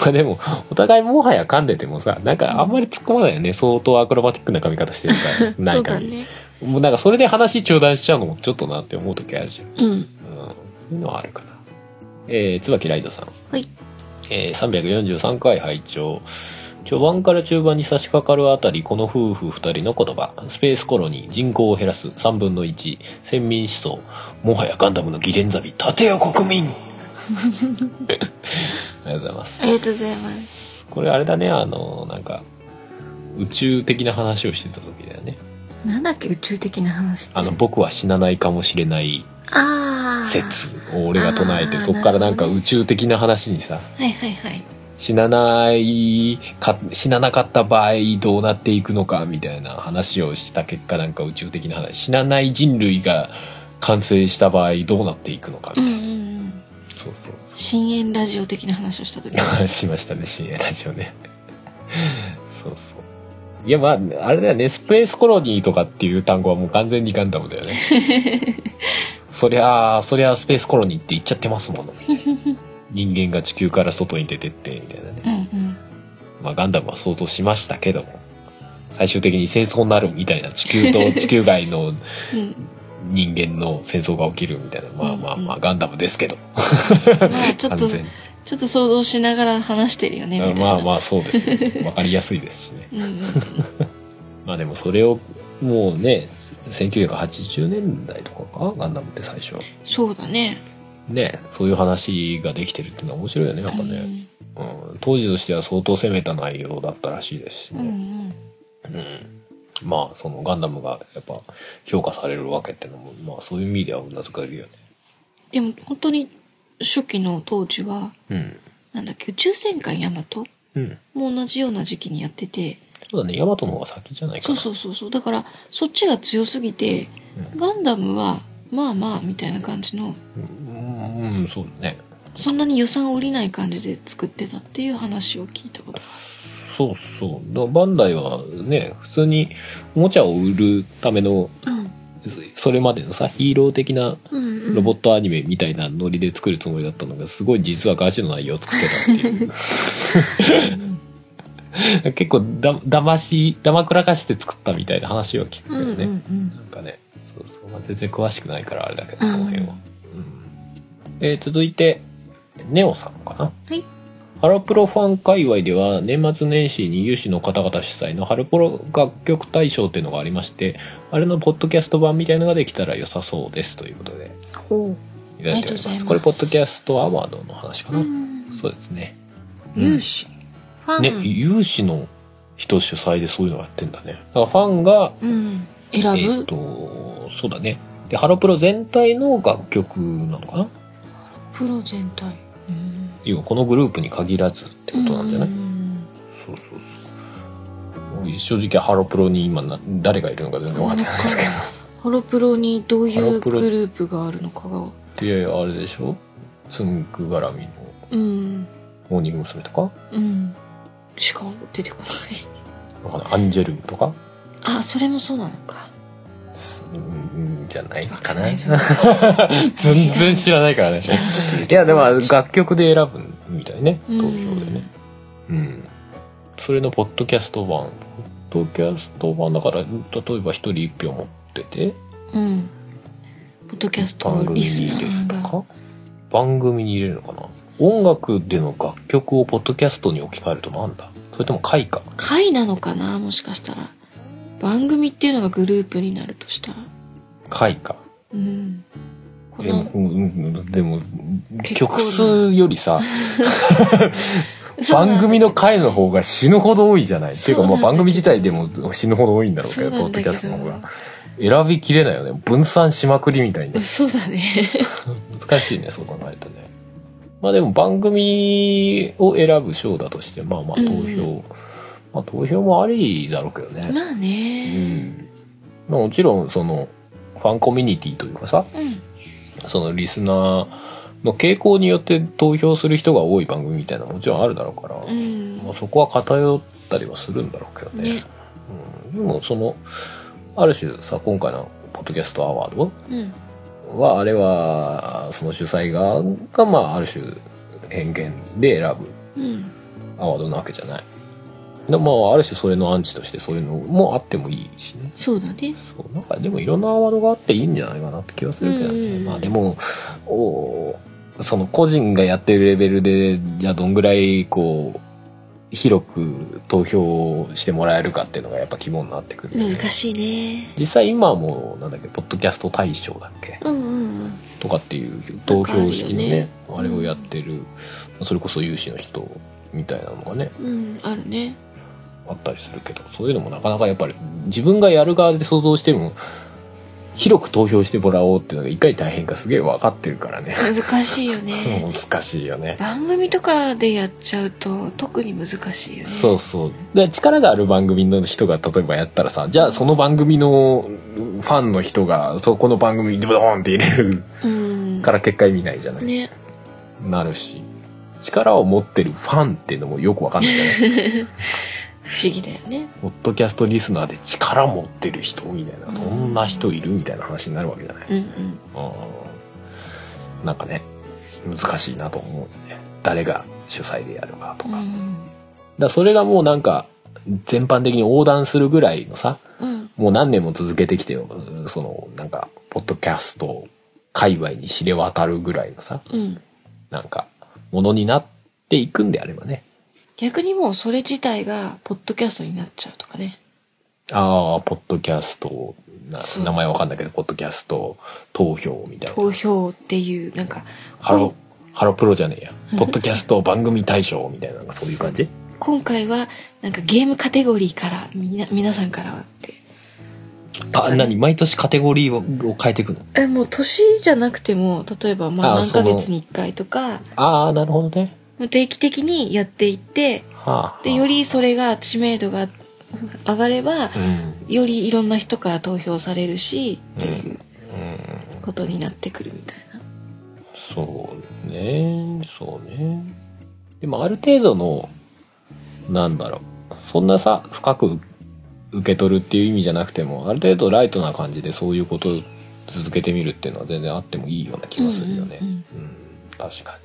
[SPEAKER 1] まあでも、お互いもはや噛んでてもさ、なんかあんまり突っ込まないよね。相当アクロバティックな噛み方してるから、な
[SPEAKER 2] そう
[SPEAKER 1] いか
[SPEAKER 2] だ
[SPEAKER 1] ら。
[SPEAKER 2] ね
[SPEAKER 1] もうなんかそれで話中断しちゃうのもちょっとなって思う時あるじゃん。うん。
[SPEAKER 2] うん
[SPEAKER 1] そういうのはあるかな。えー、椿ライドさん。
[SPEAKER 2] はい
[SPEAKER 1] えー、343回拝聴序盤から中盤に差し掛かるあたりこの夫婦二人の言葉スペースコロニー人口を減らす3分の1先民思想もはやガンダムのギレンザビ立てよ国 民ありがとうございます
[SPEAKER 2] ありがとうございます
[SPEAKER 1] これあれだねあのなんか宇宙的な話をしてた時だよね
[SPEAKER 2] なんだっけ宇宙的な話って
[SPEAKER 1] あの僕は死なないかもしれない
[SPEAKER 2] ああ
[SPEAKER 1] 説を俺が唱え
[SPEAKER 2] あ
[SPEAKER 1] て
[SPEAKER 2] ー
[SPEAKER 1] そっからなんか
[SPEAKER 2] なるほど
[SPEAKER 1] 宇宙的な話にさ
[SPEAKER 2] はいはいはい
[SPEAKER 1] 死なないか死ななかった場合どうなっていくのかみたいな話をした結果なんか宇宙的な話死なない人類が完成した場合どうなっていくのかみ
[SPEAKER 2] うんう
[SPEAKER 1] たい
[SPEAKER 2] ん
[SPEAKER 1] な、
[SPEAKER 2] うん
[SPEAKER 1] そうそうそう
[SPEAKER 2] 深淵ラジオ的な話をした 時
[SPEAKER 1] しましたね、深夜ラジオね。そうそう。いや、まあ、あれだよね、スペースコロニーとかっていう単語はもう完全にガンダムだよね。 そりゃあ、そりゃあスペースコロニーって言っちゃってますもの。人間が地球から外に出てって、みたいなね
[SPEAKER 2] う。んうん
[SPEAKER 1] まあ、ガンダムは想像しましたけども、最終的に戦争になるみたいな、地球と 地球外の
[SPEAKER 2] うん
[SPEAKER 1] 人間の戦争が起きるみたいな、まあまあまあ、ガンダムですけど。
[SPEAKER 2] まあちょっ
[SPEAKER 1] 完
[SPEAKER 2] と
[SPEAKER 1] 全に
[SPEAKER 2] ちょっと想像しながら話してるよねみたいな
[SPEAKER 1] まあまあ、そうですね。わかりやすいですしね。
[SPEAKER 2] うんうん
[SPEAKER 1] まあでもそれをもうね1980年代とかかガンダムって最初
[SPEAKER 2] そうだね
[SPEAKER 1] ねそういう話ができてるっていうのは面白いよねなんかね、うん、当時としては相当攻めた内容だったらしいですし
[SPEAKER 2] うんうんう
[SPEAKER 1] ね、
[SPEAKER 2] ん
[SPEAKER 1] まあそのガンダムがやっぱ評価されるわけってのもまあそういう意味ではうなずかれるよね
[SPEAKER 2] でも本当に初期の当時は
[SPEAKER 1] うん
[SPEAKER 2] なんだっけ宇宙戦艦ヤマト
[SPEAKER 1] うん
[SPEAKER 2] も同じような時期にやってて
[SPEAKER 1] そうだねヤマトの方が先じゃないか
[SPEAKER 2] そう
[SPEAKER 1] な
[SPEAKER 2] そうそうそうだからそっちが強すぎてガンダムはまあまあみたいな感じの
[SPEAKER 1] うん、うん、そうだね
[SPEAKER 2] そんなに予算下りない感じで作ってたっていう話を聞いたこと
[SPEAKER 1] そうそうだバンダイはね普通におもちゃを売るための
[SPEAKER 2] うん
[SPEAKER 1] それまでのさヒーロー的な
[SPEAKER 2] うんうん
[SPEAKER 1] ロボットアニメみたいなノリで作るつもりだったのが、すごい実はガチの内容を作ってたっていう。 結構だ、騙し、騙くらかして作ったみたいな話を聞くけ
[SPEAKER 2] うんう
[SPEAKER 1] ど
[SPEAKER 2] ん
[SPEAKER 1] ね。
[SPEAKER 2] うん
[SPEAKER 1] なんかね、そうそう、まあ、全然詳しくないからあれだけど、その辺は。うんえー続いて、ネオさんかな
[SPEAKER 2] はい
[SPEAKER 1] ハロプロファン界隈では年末年始に有志の方々主催のハロプロ楽曲大賞っていうのがありまして、あれのポッドキャスト版みたいのができたら良さそうですということで
[SPEAKER 2] ほ
[SPEAKER 1] いただいております。
[SPEAKER 2] ありがとうございます
[SPEAKER 1] これ、ポッドキャストアワードの話か
[SPEAKER 2] う
[SPEAKER 1] な。
[SPEAKER 2] ん
[SPEAKER 1] そうですね。うん
[SPEAKER 2] 有志ファン、
[SPEAKER 1] ね、有志の人主催でそういうのやってんだね。だからファンが、
[SPEAKER 2] うん、選ぶ、
[SPEAKER 1] えっ、と、そうだね。で、ハロプロ全体の楽曲なのかな
[SPEAKER 2] プロ全体うん
[SPEAKER 1] 今このグループに限らずってことなんじゃない、
[SPEAKER 2] うん
[SPEAKER 1] そうそうそう。正直ハロプロに今な誰がいるのか全然分かってないですけど。
[SPEAKER 2] ハロプロにどうい
[SPEAKER 1] ハ
[SPEAKER 2] う
[SPEAKER 1] ロプ
[SPEAKER 2] グ
[SPEAKER 1] ロ
[SPEAKER 2] ループがあるのかが
[SPEAKER 1] で、あれでしょつんく絡みの
[SPEAKER 2] うん
[SPEAKER 1] モーニング娘。とか
[SPEAKER 2] うんしか出てこない
[SPEAKER 1] わかんないアンジェルムとか
[SPEAKER 2] あそれもそうなのか
[SPEAKER 1] うん、うんじゃない
[SPEAKER 2] わ
[SPEAKER 1] か
[SPEAKER 2] かん
[SPEAKER 1] な
[SPEAKER 2] ない。その
[SPEAKER 1] 全然知らないからね。いや、でも楽曲で選ぶみたいね。
[SPEAKER 2] う
[SPEAKER 1] 投
[SPEAKER 2] ん
[SPEAKER 1] 票でね。うん。それのポッドキャスト版。ポッドキャスト版だから、例えば一人一票持ってて、
[SPEAKER 2] うんポッドキャス
[SPEAKER 1] 番
[SPEAKER 2] ト
[SPEAKER 1] 組
[SPEAKER 2] リ
[SPEAKER 1] に
[SPEAKER 2] スナ
[SPEAKER 1] 入れる
[SPEAKER 2] ー
[SPEAKER 1] と
[SPEAKER 2] が
[SPEAKER 1] か番組に入れるのかな音楽での楽曲をポッドキャストに置き換えるとなんだそれとも回か
[SPEAKER 2] 会なのかなもしかしたら番組っていうのがグループになるとしたら
[SPEAKER 1] 回か。
[SPEAKER 2] うんこ
[SPEAKER 1] でも
[SPEAKER 2] の、
[SPEAKER 1] うんうんでも
[SPEAKER 2] 結構な
[SPEAKER 1] 曲数よりさ、
[SPEAKER 2] そうな
[SPEAKER 1] 番
[SPEAKER 2] んだ
[SPEAKER 1] 組の回の方が死ぬほど多いじゃない。っていうか、ま
[SPEAKER 2] そう
[SPEAKER 1] あ
[SPEAKER 2] なんだ
[SPEAKER 1] 番
[SPEAKER 2] けど
[SPEAKER 1] 組自体でも死ぬほど多いんだろうけど、ポ
[SPEAKER 2] そうな
[SPEAKER 1] ッ
[SPEAKER 2] ん
[SPEAKER 1] ドキ
[SPEAKER 2] だけど
[SPEAKER 1] ャストの方が。選びきれないよね。分散しまくりみたいに。
[SPEAKER 2] そうだね
[SPEAKER 1] 難しいね、そう考えるとね。まあでも番組を選ぶ賞だとして、まあまあ投票、
[SPEAKER 2] うん
[SPEAKER 1] まあ投票もありだろうけどね。
[SPEAKER 2] まあ
[SPEAKER 1] う
[SPEAKER 2] ね
[SPEAKER 1] ん。まあもちろん、その、ファンコミュニティというかさ、
[SPEAKER 2] うん
[SPEAKER 1] そのリスナーの傾向によって投票する人が多い番組みたいなのももちろんあるだろうから、
[SPEAKER 2] うん
[SPEAKER 1] まあ、そこは偏ったりはするんだろうけどね。
[SPEAKER 2] ね
[SPEAKER 1] うん、でもその、ある種さ、今回のポッドキャストアワード
[SPEAKER 2] うん
[SPEAKER 1] は、あれは、その主催側が、まあ、ある種、偏見で選ぶ
[SPEAKER 2] うん
[SPEAKER 1] アワードなわけじゃない。でも、まあ、ある種、それのアンチとして、そういうのもあってもいいしね。
[SPEAKER 2] そうだね
[SPEAKER 1] そう、なんか、でも、いろんなアワードがあっていいんじゃないかなって気はするけど
[SPEAKER 2] うんうん
[SPEAKER 1] ね。
[SPEAKER 2] うん
[SPEAKER 1] まあ、でも、おーその、個人がやってるレベルで、じゃあ、どんぐらい、こう、広く投票してもらえるかっていうのが、やっぱ肝になってくるよ
[SPEAKER 2] 難
[SPEAKER 1] ね。
[SPEAKER 2] しいね
[SPEAKER 1] 実際、今はもう、なんだっけ、ポッドキャスト大賞だっけ
[SPEAKER 2] うんうんうん
[SPEAKER 1] とかっていう投票式のね
[SPEAKER 2] なんか
[SPEAKER 1] あ
[SPEAKER 2] あるよね
[SPEAKER 1] れをやってる、それこそ有志の人みたいなのがね
[SPEAKER 2] うんあるね
[SPEAKER 1] あったりするけどそういうのもなかなかやっぱり自分がやる側で想像しても広く投票してもらおうっていうのがいかに大変かすげえ分かってるからね
[SPEAKER 2] 難しいよ ね
[SPEAKER 1] 難しいよね
[SPEAKER 2] 番組とかでやっちゃうと特に難しいよね
[SPEAKER 1] そうそうで力がある番組の人が例えばやったらさじゃあその番組のファンの人がそこの番組にドドーンって入れる
[SPEAKER 2] うん
[SPEAKER 1] から結果意味ないじゃない
[SPEAKER 2] ね
[SPEAKER 1] なるし力を持ってるファンっていうのもよくわかんないじゃない
[SPEAKER 2] 不思議だよね
[SPEAKER 1] ポッドキャストリスナーで力持ってる人みたいな、そんな人いるみたいな話になるわけじゃない。
[SPEAKER 2] うんうん
[SPEAKER 1] うんなんかね、難しいなと思うよね。誰が主催でやるかと
[SPEAKER 2] う
[SPEAKER 1] か。だか
[SPEAKER 2] ん
[SPEAKER 1] らそれがもうなんか、全般的に横断するぐらいのさ、
[SPEAKER 2] うん
[SPEAKER 1] もう何年も続けてきてよ、その、なんか、ポッドキャスト界隈に知れ渡るぐらいのさ、
[SPEAKER 2] うん
[SPEAKER 1] なんか、ものになっていくんであればね。
[SPEAKER 2] 逆にもうそれ自体がポッドキャストになっちゃうとかね
[SPEAKER 1] ああ、ポッドキャスト、な
[SPEAKER 2] そう
[SPEAKER 1] 名前わかんないけど、ポッドキャスト投票みたいな。
[SPEAKER 2] 投票っていうなんか
[SPEAKER 1] ハロ、ハロプロじゃねえや。ポッドキャスト番組大賞みたいな、なんかそういう感じ
[SPEAKER 2] 今回はなんかゲームカテゴリーからみな皆さんからはって
[SPEAKER 1] あ、なに毎年カテゴリーをを変えていくの
[SPEAKER 2] えもう年じゃなくても例えばまあ
[SPEAKER 1] あ
[SPEAKER 2] 何
[SPEAKER 1] そ
[SPEAKER 2] ヶ
[SPEAKER 1] の
[SPEAKER 2] 月に1回とか
[SPEAKER 1] ああ、なるほどね。
[SPEAKER 2] 定期的にやっていって
[SPEAKER 1] はあ、はあ。
[SPEAKER 2] でよ、りそれが知名度が上がれば
[SPEAKER 1] うん。
[SPEAKER 2] よりいろんな人から投票されるしっていう
[SPEAKER 1] うん。
[SPEAKER 2] ことになってくるみたいな
[SPEAKER 1] そうね。そうね。でもある程度の、なんだろう。そんなさ、深く受け取るっていう意味じゃなくても、ある程度ライトな感じでそういうことを続けてみるっていうのは全然あってもいいような気がするよね。
[SPEAKER 2] う
[SPEAKER 1] うんん
[SPEAKER 2] うん
[SPEAKER 1] 確か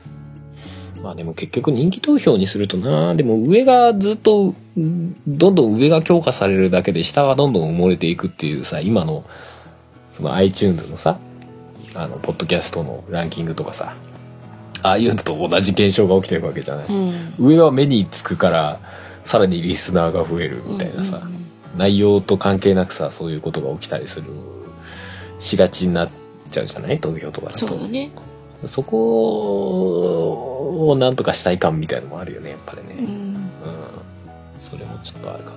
[SPEAKER 1] に。まあでも結局人気投票にするとな、でも上がずっと、うんどんどん上が強化されるだけで下がどんどん埋もれていくっていうさ、今の、その iTunes のさ、あの、ポッドキャストのランキングとかさ、ああいうのと同じ現象が起きてるわけじゃない、
[SPEAKER 2] うん。
[SPEAKER 1] 上は目につくからさらにリスナーが増えるみたいなさ、
[SPEAKER 2] うんうんうん
[SPEAKER 1] 内容と関係なくさそういうことが起きたりするしがちになっちゃうじゃない投票とかだ
[SPEAKER 2] そう
[SPEAKER 1] と
[SPEAKER 2] だね。
[SPEAKER 1] そこをなんとかしたい感みたいのもあるよねやっぱり
[SPEAKER 2] う
[SPEAKER 1] ね、
[SPEAKER 2] ん。
[SPEAKER 1] うんそれもちょっとあるか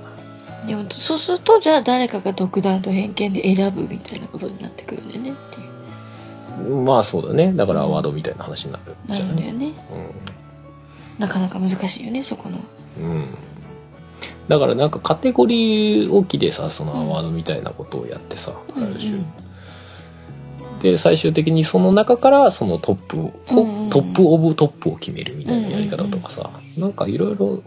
[SPEAKER 1] な
[SPEAKER 2] でも、そうすると、じゃあ誰かが独断と偏見で選ぶみたいなことになってくるんだよねっていう。
[SPEAKER 1] まあそうだねだからワードみたいな話になる
[SPEAKER 2] な
[SPEAKER 1] じゃ
[SPEAKER 2] る
[SPEAKER 1] なん
[SPEAKER 2] だ
[SPEAKER 1] い
[SPEAKER 2] よね。なかなか難しいよね、そこの。
[SPEAKER 1] うん、うん、だからなんかカテゴリー置きでさそのワードみたいなことをやってさ、最終
[SPEAKER 2] うん
[SPEAKER 1] で最終的にその中からそのトップを、
[SPEAKER 2] うんうん
[SPEAKER 1] トップオブトップを決めるみたいなやり方とかさ、なんかいろいろ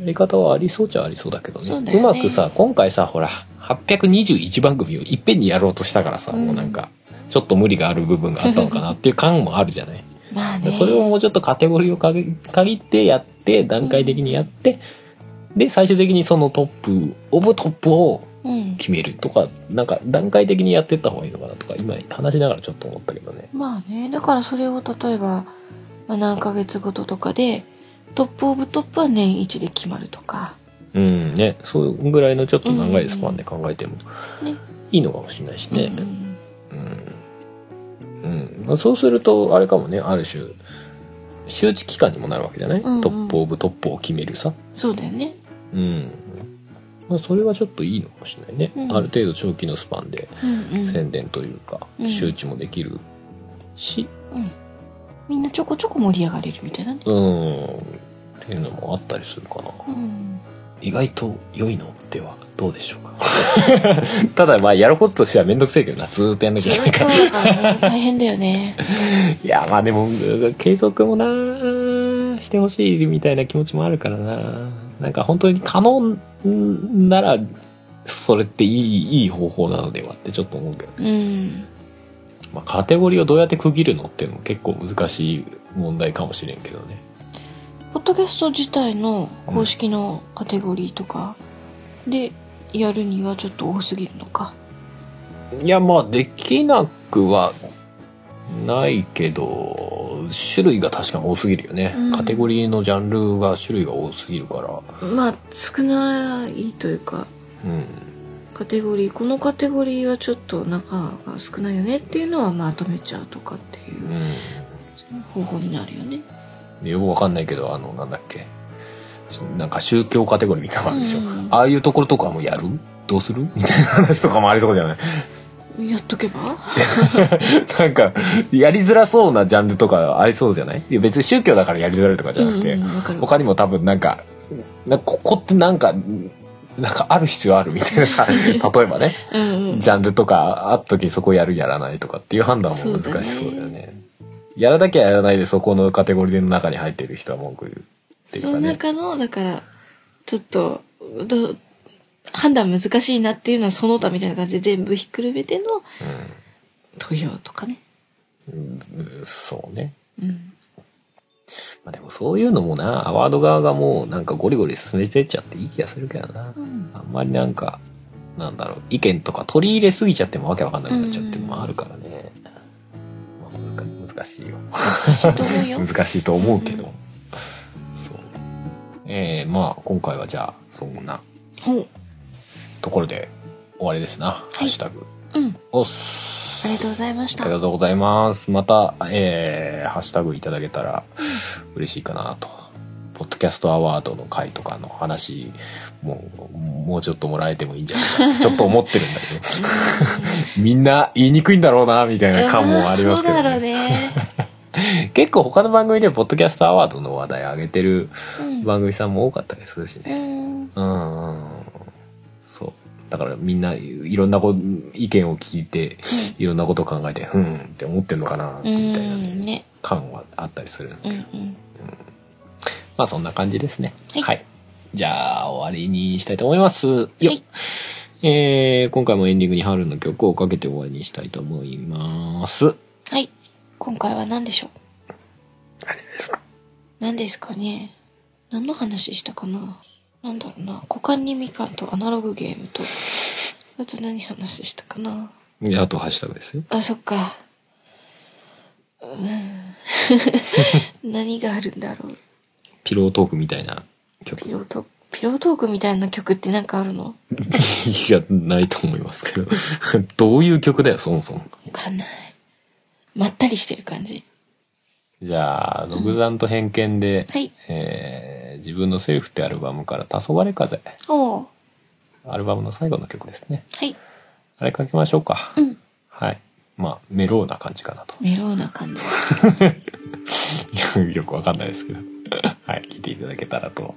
[SPEAKER 1] やり方はありそうじゃありそうだけど
[SPEAKER 2] そう
[SPEAKER 1] ね
[SPEAKER 2] だよね
[SPEAKER 1] まくさ今回さほら821番組をいっぺんにやろうとしたからさ、
[SPEAKER 2] うん
[SPEAKER 1] もうなんかちょっと無理がある部分があったのかなっていう感もあるじゃない
[SPEAKER 2] まあ
[SPEAKER 1] で
[SPEAKER 2] ね。
[SPEAKER 1] それをもうちょっとカテゴリーをかげ限ってやって段階的にやって、で最終的にそのトップオブトップを
[SPEAKER 2] うん。
[SPEAKER 1] 決めるとかなんか段階的にやってった方がいいのかなとか今話しながらちょっと思ったけどね
[SPEAKER 2] まあね、だからそれを例えば、まあ、何ヶ月ごととかで、トップオブトップは年一で決まるとか、
[SPEAKER 1] うんねそういうぐらいのちょっと長いスパンで考えても
[SPEAKER 2] ね。
[SPEAKER 1] いいのかもしれないしね
[SPEAKER 2] うん
[SPEAKER 1] うん、うんそうするとあれかもねある種周知期間にもなるわけじゃない、
[SPEAKER 2] うんうん
[SPEAKER 1] トップオブトップを決めるさ
[SPEAKER 2] そうだよね。
[SPEAKER 1] うんまあそれはちょっといいのかもしれないね、
[SPEAKER 2] うん
[SPEAKER 1] ある程度長期のスパンで
[SPEAKER 2] うんうん。
[SPEAKER 1] 宣伝というか
[SPEAKER 2] うん
[SPEAKER 1] 周知もできるし
[SPEAKER 2] みんなちょこちょこ盛り上がれるみたいなね。
[SPEAKER 1] うんっていうのもあったりするかな
[SPEAKER 2] うん。
[SPEAKER 1] 意外と良いのではどうでしょうか ただまあやることとしては面倒くせえけどなずーっとやんなき
[SPEAKER 2] ず
[SPEAKER 1] ゃいけな
[SPEAKER 2] っ
[SPEAKER 1] い
[SPEAKER 2] と
[SPEAKER 1] から
[SPEAKER 2] だからね、大変だよね。
[SPEAKER 1] いやまあでもうん継続もなしてほしいみたいな気持ちもあるからななんか本当に可能ならそれっていいいい方法なのではってちょっと思うけど、
[SPEAKER 2] うん。
[SPEAKER 1] まあ、カテゴリーをどうやって区切るのっていうのも結構難しい問題かもしれんけどね
[SPEAKER 2] ポッドキャスト自体の公式のカテゴリーとかでやるにはちょっと多すぎるのか。
[SPEAKER 1] いやまあできなくはないけど種類が確かに多すぎるよね、
[SPEAKER 2] うん
[SPEAKER 1] カテゴリーのジャンルが種類が多すぎるから
[SPEAKER 2] まあ、少ないというか、
[SPEAKER 1] うん
[SPEAKER 2] カテゴリーこのカテゴリーはちょっと中が少ないよねっていうのはまとめちゃうとかっていう
[SPEAKER 1] う
[SPEAKER 2] 方法になるよね。
[SPEAKER 1] んよくわかんないけどあのなんだっけなんか宗教カテゴリーみたいなのあるでしょ、
[SPEAKER 2] うん
[SPEAKER 1] ああいうところとかもやるどうするみたいな話とかもありそうじゃない
[SPEAKER 2] やっとけば
[SPEAKER 1] なんかやりづらそうなジャンルとかありそうじゃないいや別に宗教だからやりづらいとかじゃなくて、
[SPEAKER 2] うんうんわかる
[SPEAKER 1] 他にも多分なんか、なんかここってなんか、なんかある必要あるみたいな さ、例えばね、
[SPEAKER 2] うんうん。
[SPEAKER 1] ジャンルとかあった時そこやるやらないとかっていう判断も難しそうだよね。やらなきゃやらないでそこのカテゴリーの中に入ってる人は文句言うってい
[SPEAKER 2] そうの
[SPEAKER 1] かね。
[SPEAKER 2] 中の、だから、ちょっと、どう判断難しいなっていうのはその他みたいな感じで全部ひっくるめての投票とかね。
[SPEAKER 1] うんそうね。
[SPEAKER 2] うん。
[SPEAKER 1] まあでもそういうのもな、アワード側がもうなんかゴリゴリ進めてっちゃっていい気がするけどな。
[SPEAKER 2] うん
[SPEAKER 1] あんまりなんか、なんだろう、意見とか取り入れすぎちゃってもわけわかんなくなっちゃってもあるからね。まあ難難しいよ。
[SPEAKER 2] 難しいと思うよ。
[SPEAKER 1] 難しいと思うけど。そう。えー、まあ今回はじゃあ、そんな
[SPEAKER 2] ほう。
[SPEAKER 1] ところで終わりですな。ハッシュタグ。
[SPEAKER 2] うん。
[SPEAKER 1] おっす
[SPEAKER 2] あ。りがとうございまし
[SPEAKER 1] あ
[SPEAKER 2] た。
[SPEAKER 1] りがとうございます。また、えー、ハッシュタグいただけたら嬉しいかなと。ポッドキャストアワードの回とかの話、もう、もうちょっともらえてもいいんじゃないかな。ちょっと思ってるんだけど。 みんな言いにくいんだろうな、みたいな感もありますけど、
[SPEAKER 2] うんそうだろう
[SPEAKER 1] ね。
[SPEAKER 2] ね。
[SPEAKER 1] 結構他の番組でポッドキャストアワードの話題上げてる
[SPEAKER 2] うん
[SPEAKER 1] 番組さんも多かったりするしね。
[SPEAKER 2] うん。
[SPEAKER 1] うんうんうんそう。だからみんないろんなこ意見を聞いて、いろんなことを考えて、うんって思ってんのかな、
[SPEAKER 2] う
[SPEAKER 1] みたいなね
[SPEAKER 2] ん。ね。
[SPEAKER 1] 感はあったりするんです
[SPEAKER 2] う
[SPEAKER 1] け
[SPEAKER 2] んう
[SPEAKER 1] ど。
[SPEAKER 2] ん。
[SPEAKER 1] まあそんな感じですね。
[SPEAKER 2] はい
[SPEAKER 1] じゃあ終わりにしたいと思います。よっ
[SPEAKER 2] はい
[SPEAKER 1] えー、今回もエンディングに春の曲をかけて終わりにしたいと思います。
[SPEAKER 2] はい。今回は何でしょう
[SPEAKER 1] 何ですか
[SPEAKER 2] 何ですかね何の話したかななんだろうな。股間にみかんとアナログゲームと、あと何話したかな
[SPEAKER 1] あとハッシュタグですよ。
[SPEAKER 2] あ、そっか。 何があるんだろう。
[SPEAKER 1] ピロートークみたいな 曲
[SPEAKER 2] ピロート、ピロートークみたいな曲ってなんかあるの
[SPEAKER 1] いや、ないと思いますけど。 どういう曲だよ、そもそも。
[SPEAKER 2] わかんない。まったりしてる感じ。
[SPEAKER 1] じゃあ、独断と偏見で、
[SPEAKER 2] はい
[SPEAKER 1] えー自分のセルフってアルバムから、黄昏風。
[SPEAKER 2] おー。
[SPEAKER 1] アルバムの最後の曲ですね。
[SPEAKER 2] はい。
[SPEAKER 1] あれ書きましょうか。
[SPEAKER 2] ん
[SPEAKER 1] はい。まあ、メローな感じかなと。
[SPEAKER 2] メローな感じ。
[SPEAKER 1] よくわかんないですけど。 はい、聞いていただけたらと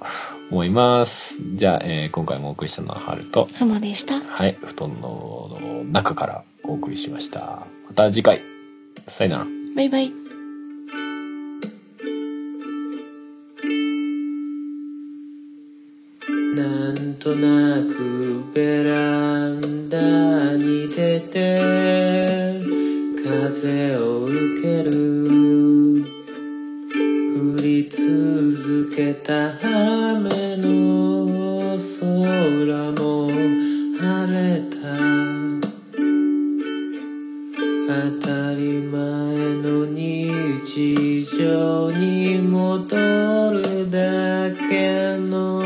[SPEAKER 1] 思います。じゃあ、えー今回もお送りしたのはハルと、
[SPEAKER 2] ハマでした。
[SPEAKER 1] はい、布団の中からお送りしました。また次回。さよなら。
[SPEAKER 2] バイバイ。
[SPEAKER 3] なんとなくベランダに出て風を受ける降り続けた雨の空も晴れた当たり前の日常に戻るだけの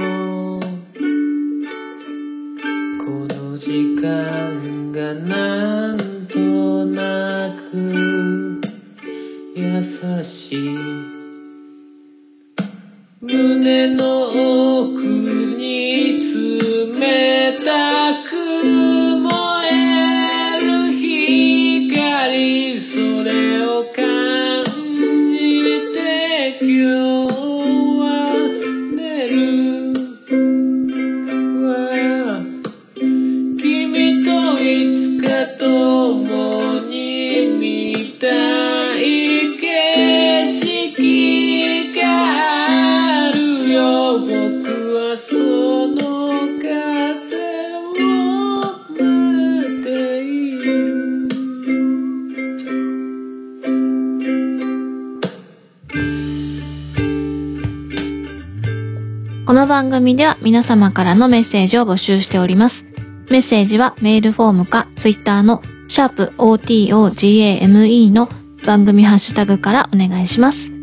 [SPEAKER 3] この時間がなんとなく優しい胸の奥に冷たく燃える光それを感じて今日は寝るわ君といつか共に見たい景色があるよ僕はその風を待っている
[SPEAKER 2] この番組では皆様からのメッセージを募集しております。メッセージはメールフォームかツイッターのシャープ o t o g a m e の番組ハッシュタグからお願いします。ツ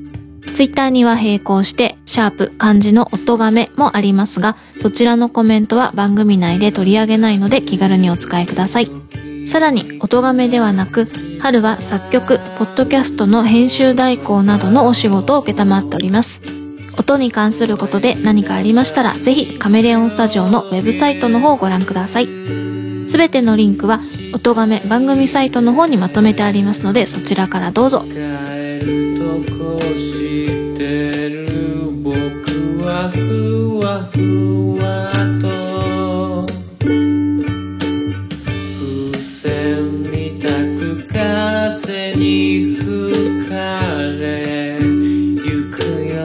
[SPEAKER 2] イッターには並行して、シャープ漢字の音がめもありますが、そちらのコメントは番組内で取り上げないので気軽にお使いください。さらに、音がめではなく、春は作曲、ポッドキャストの編集代行などのお仕事を受けたまっております。音に関することで何かありましたら、ぜひカメレオンスタジオのウェブサイトの方をご覧ください。すべてのリンクは、音がめ番組サイトの方にまとめてありますので、そちらからどうぞ。
[SPEAKER 3] 帰るとこしてる僕はふわふわと風船みたく風に吹かれゆくよ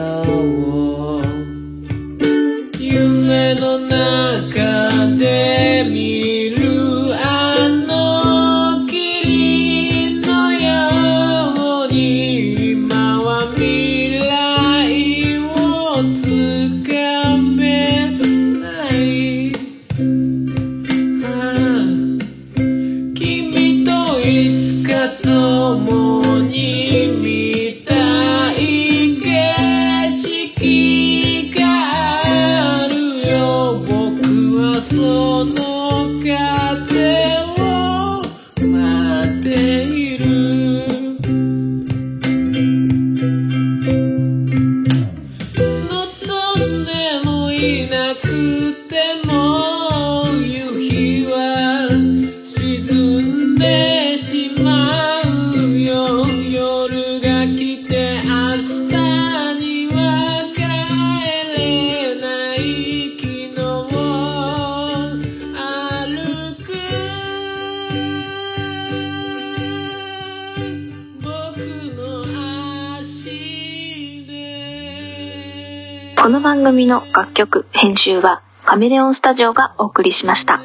[SPEAKER 3] 夢の中で見るあの霧のように今は未来をつかめないああ君といつか共に見たい景色があるよ僕はその風を待っている望んでもいなくても夕日は沈んでしまうよ夜が来て明日には帰れない昨日を歩く僕の足で
[SPEAKER 2] この番組の楽曲、編集は、カメレオンスタジオがお送りしました。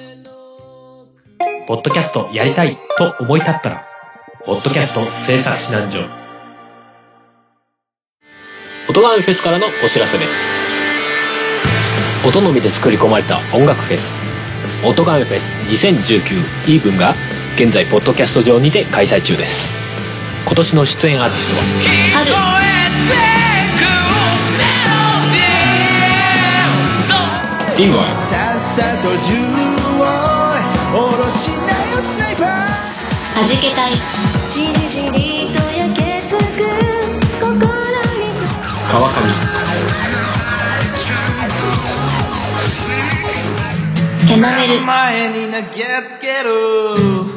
[SPEAKER 4] ポッドキャストやりたいと思い立ったら、ポッドキャスト制作指南所。
[SPEAKER 1] 音がめフェスからのお知らせです音のみで作り込まれた音楽フェス音がめフェス2019イーブンが現在ポッドキャスト上にて開催中です今年の出演アーティストは
[SPEAKER 5] 春
[SPEAKER 6] いいわよ
[SPEAKER 7] さっさと銃を下ろしなよスナイパー
[SPEAKER 8] はじけたい
[SPEAKER 9] じりじりと焼けつく心に
[SPEAKER 1] 川上
[SPEAKER 8] けなめる
[SPEAKER 3] 前に投げつける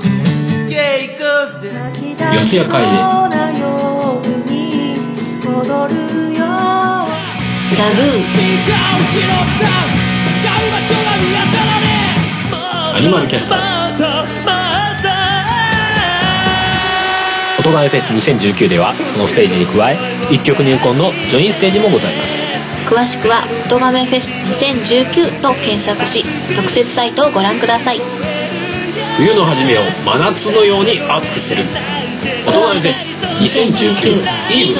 [SPEAKER 3] 稽古で
[SPEAKER 9] 泣き出しそうなように戻るよ
[SPEAKER 8] ザグ
[SPEAKER 1] アニマルキャスター音亀フェス2019ではそのステージに加え一曲入魂のジョインステージもございます
[SPEAKER 8] ー詳しくは「音亀フェス2019」と検索し特設サイトをご覧ください
[SPEAKER 1] 冬の初めを真夏のように熱くする音亀フェス2019イーブン
[SPEAKER 3] たどり着い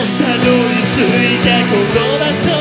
[SPEAKER 3] たこの場所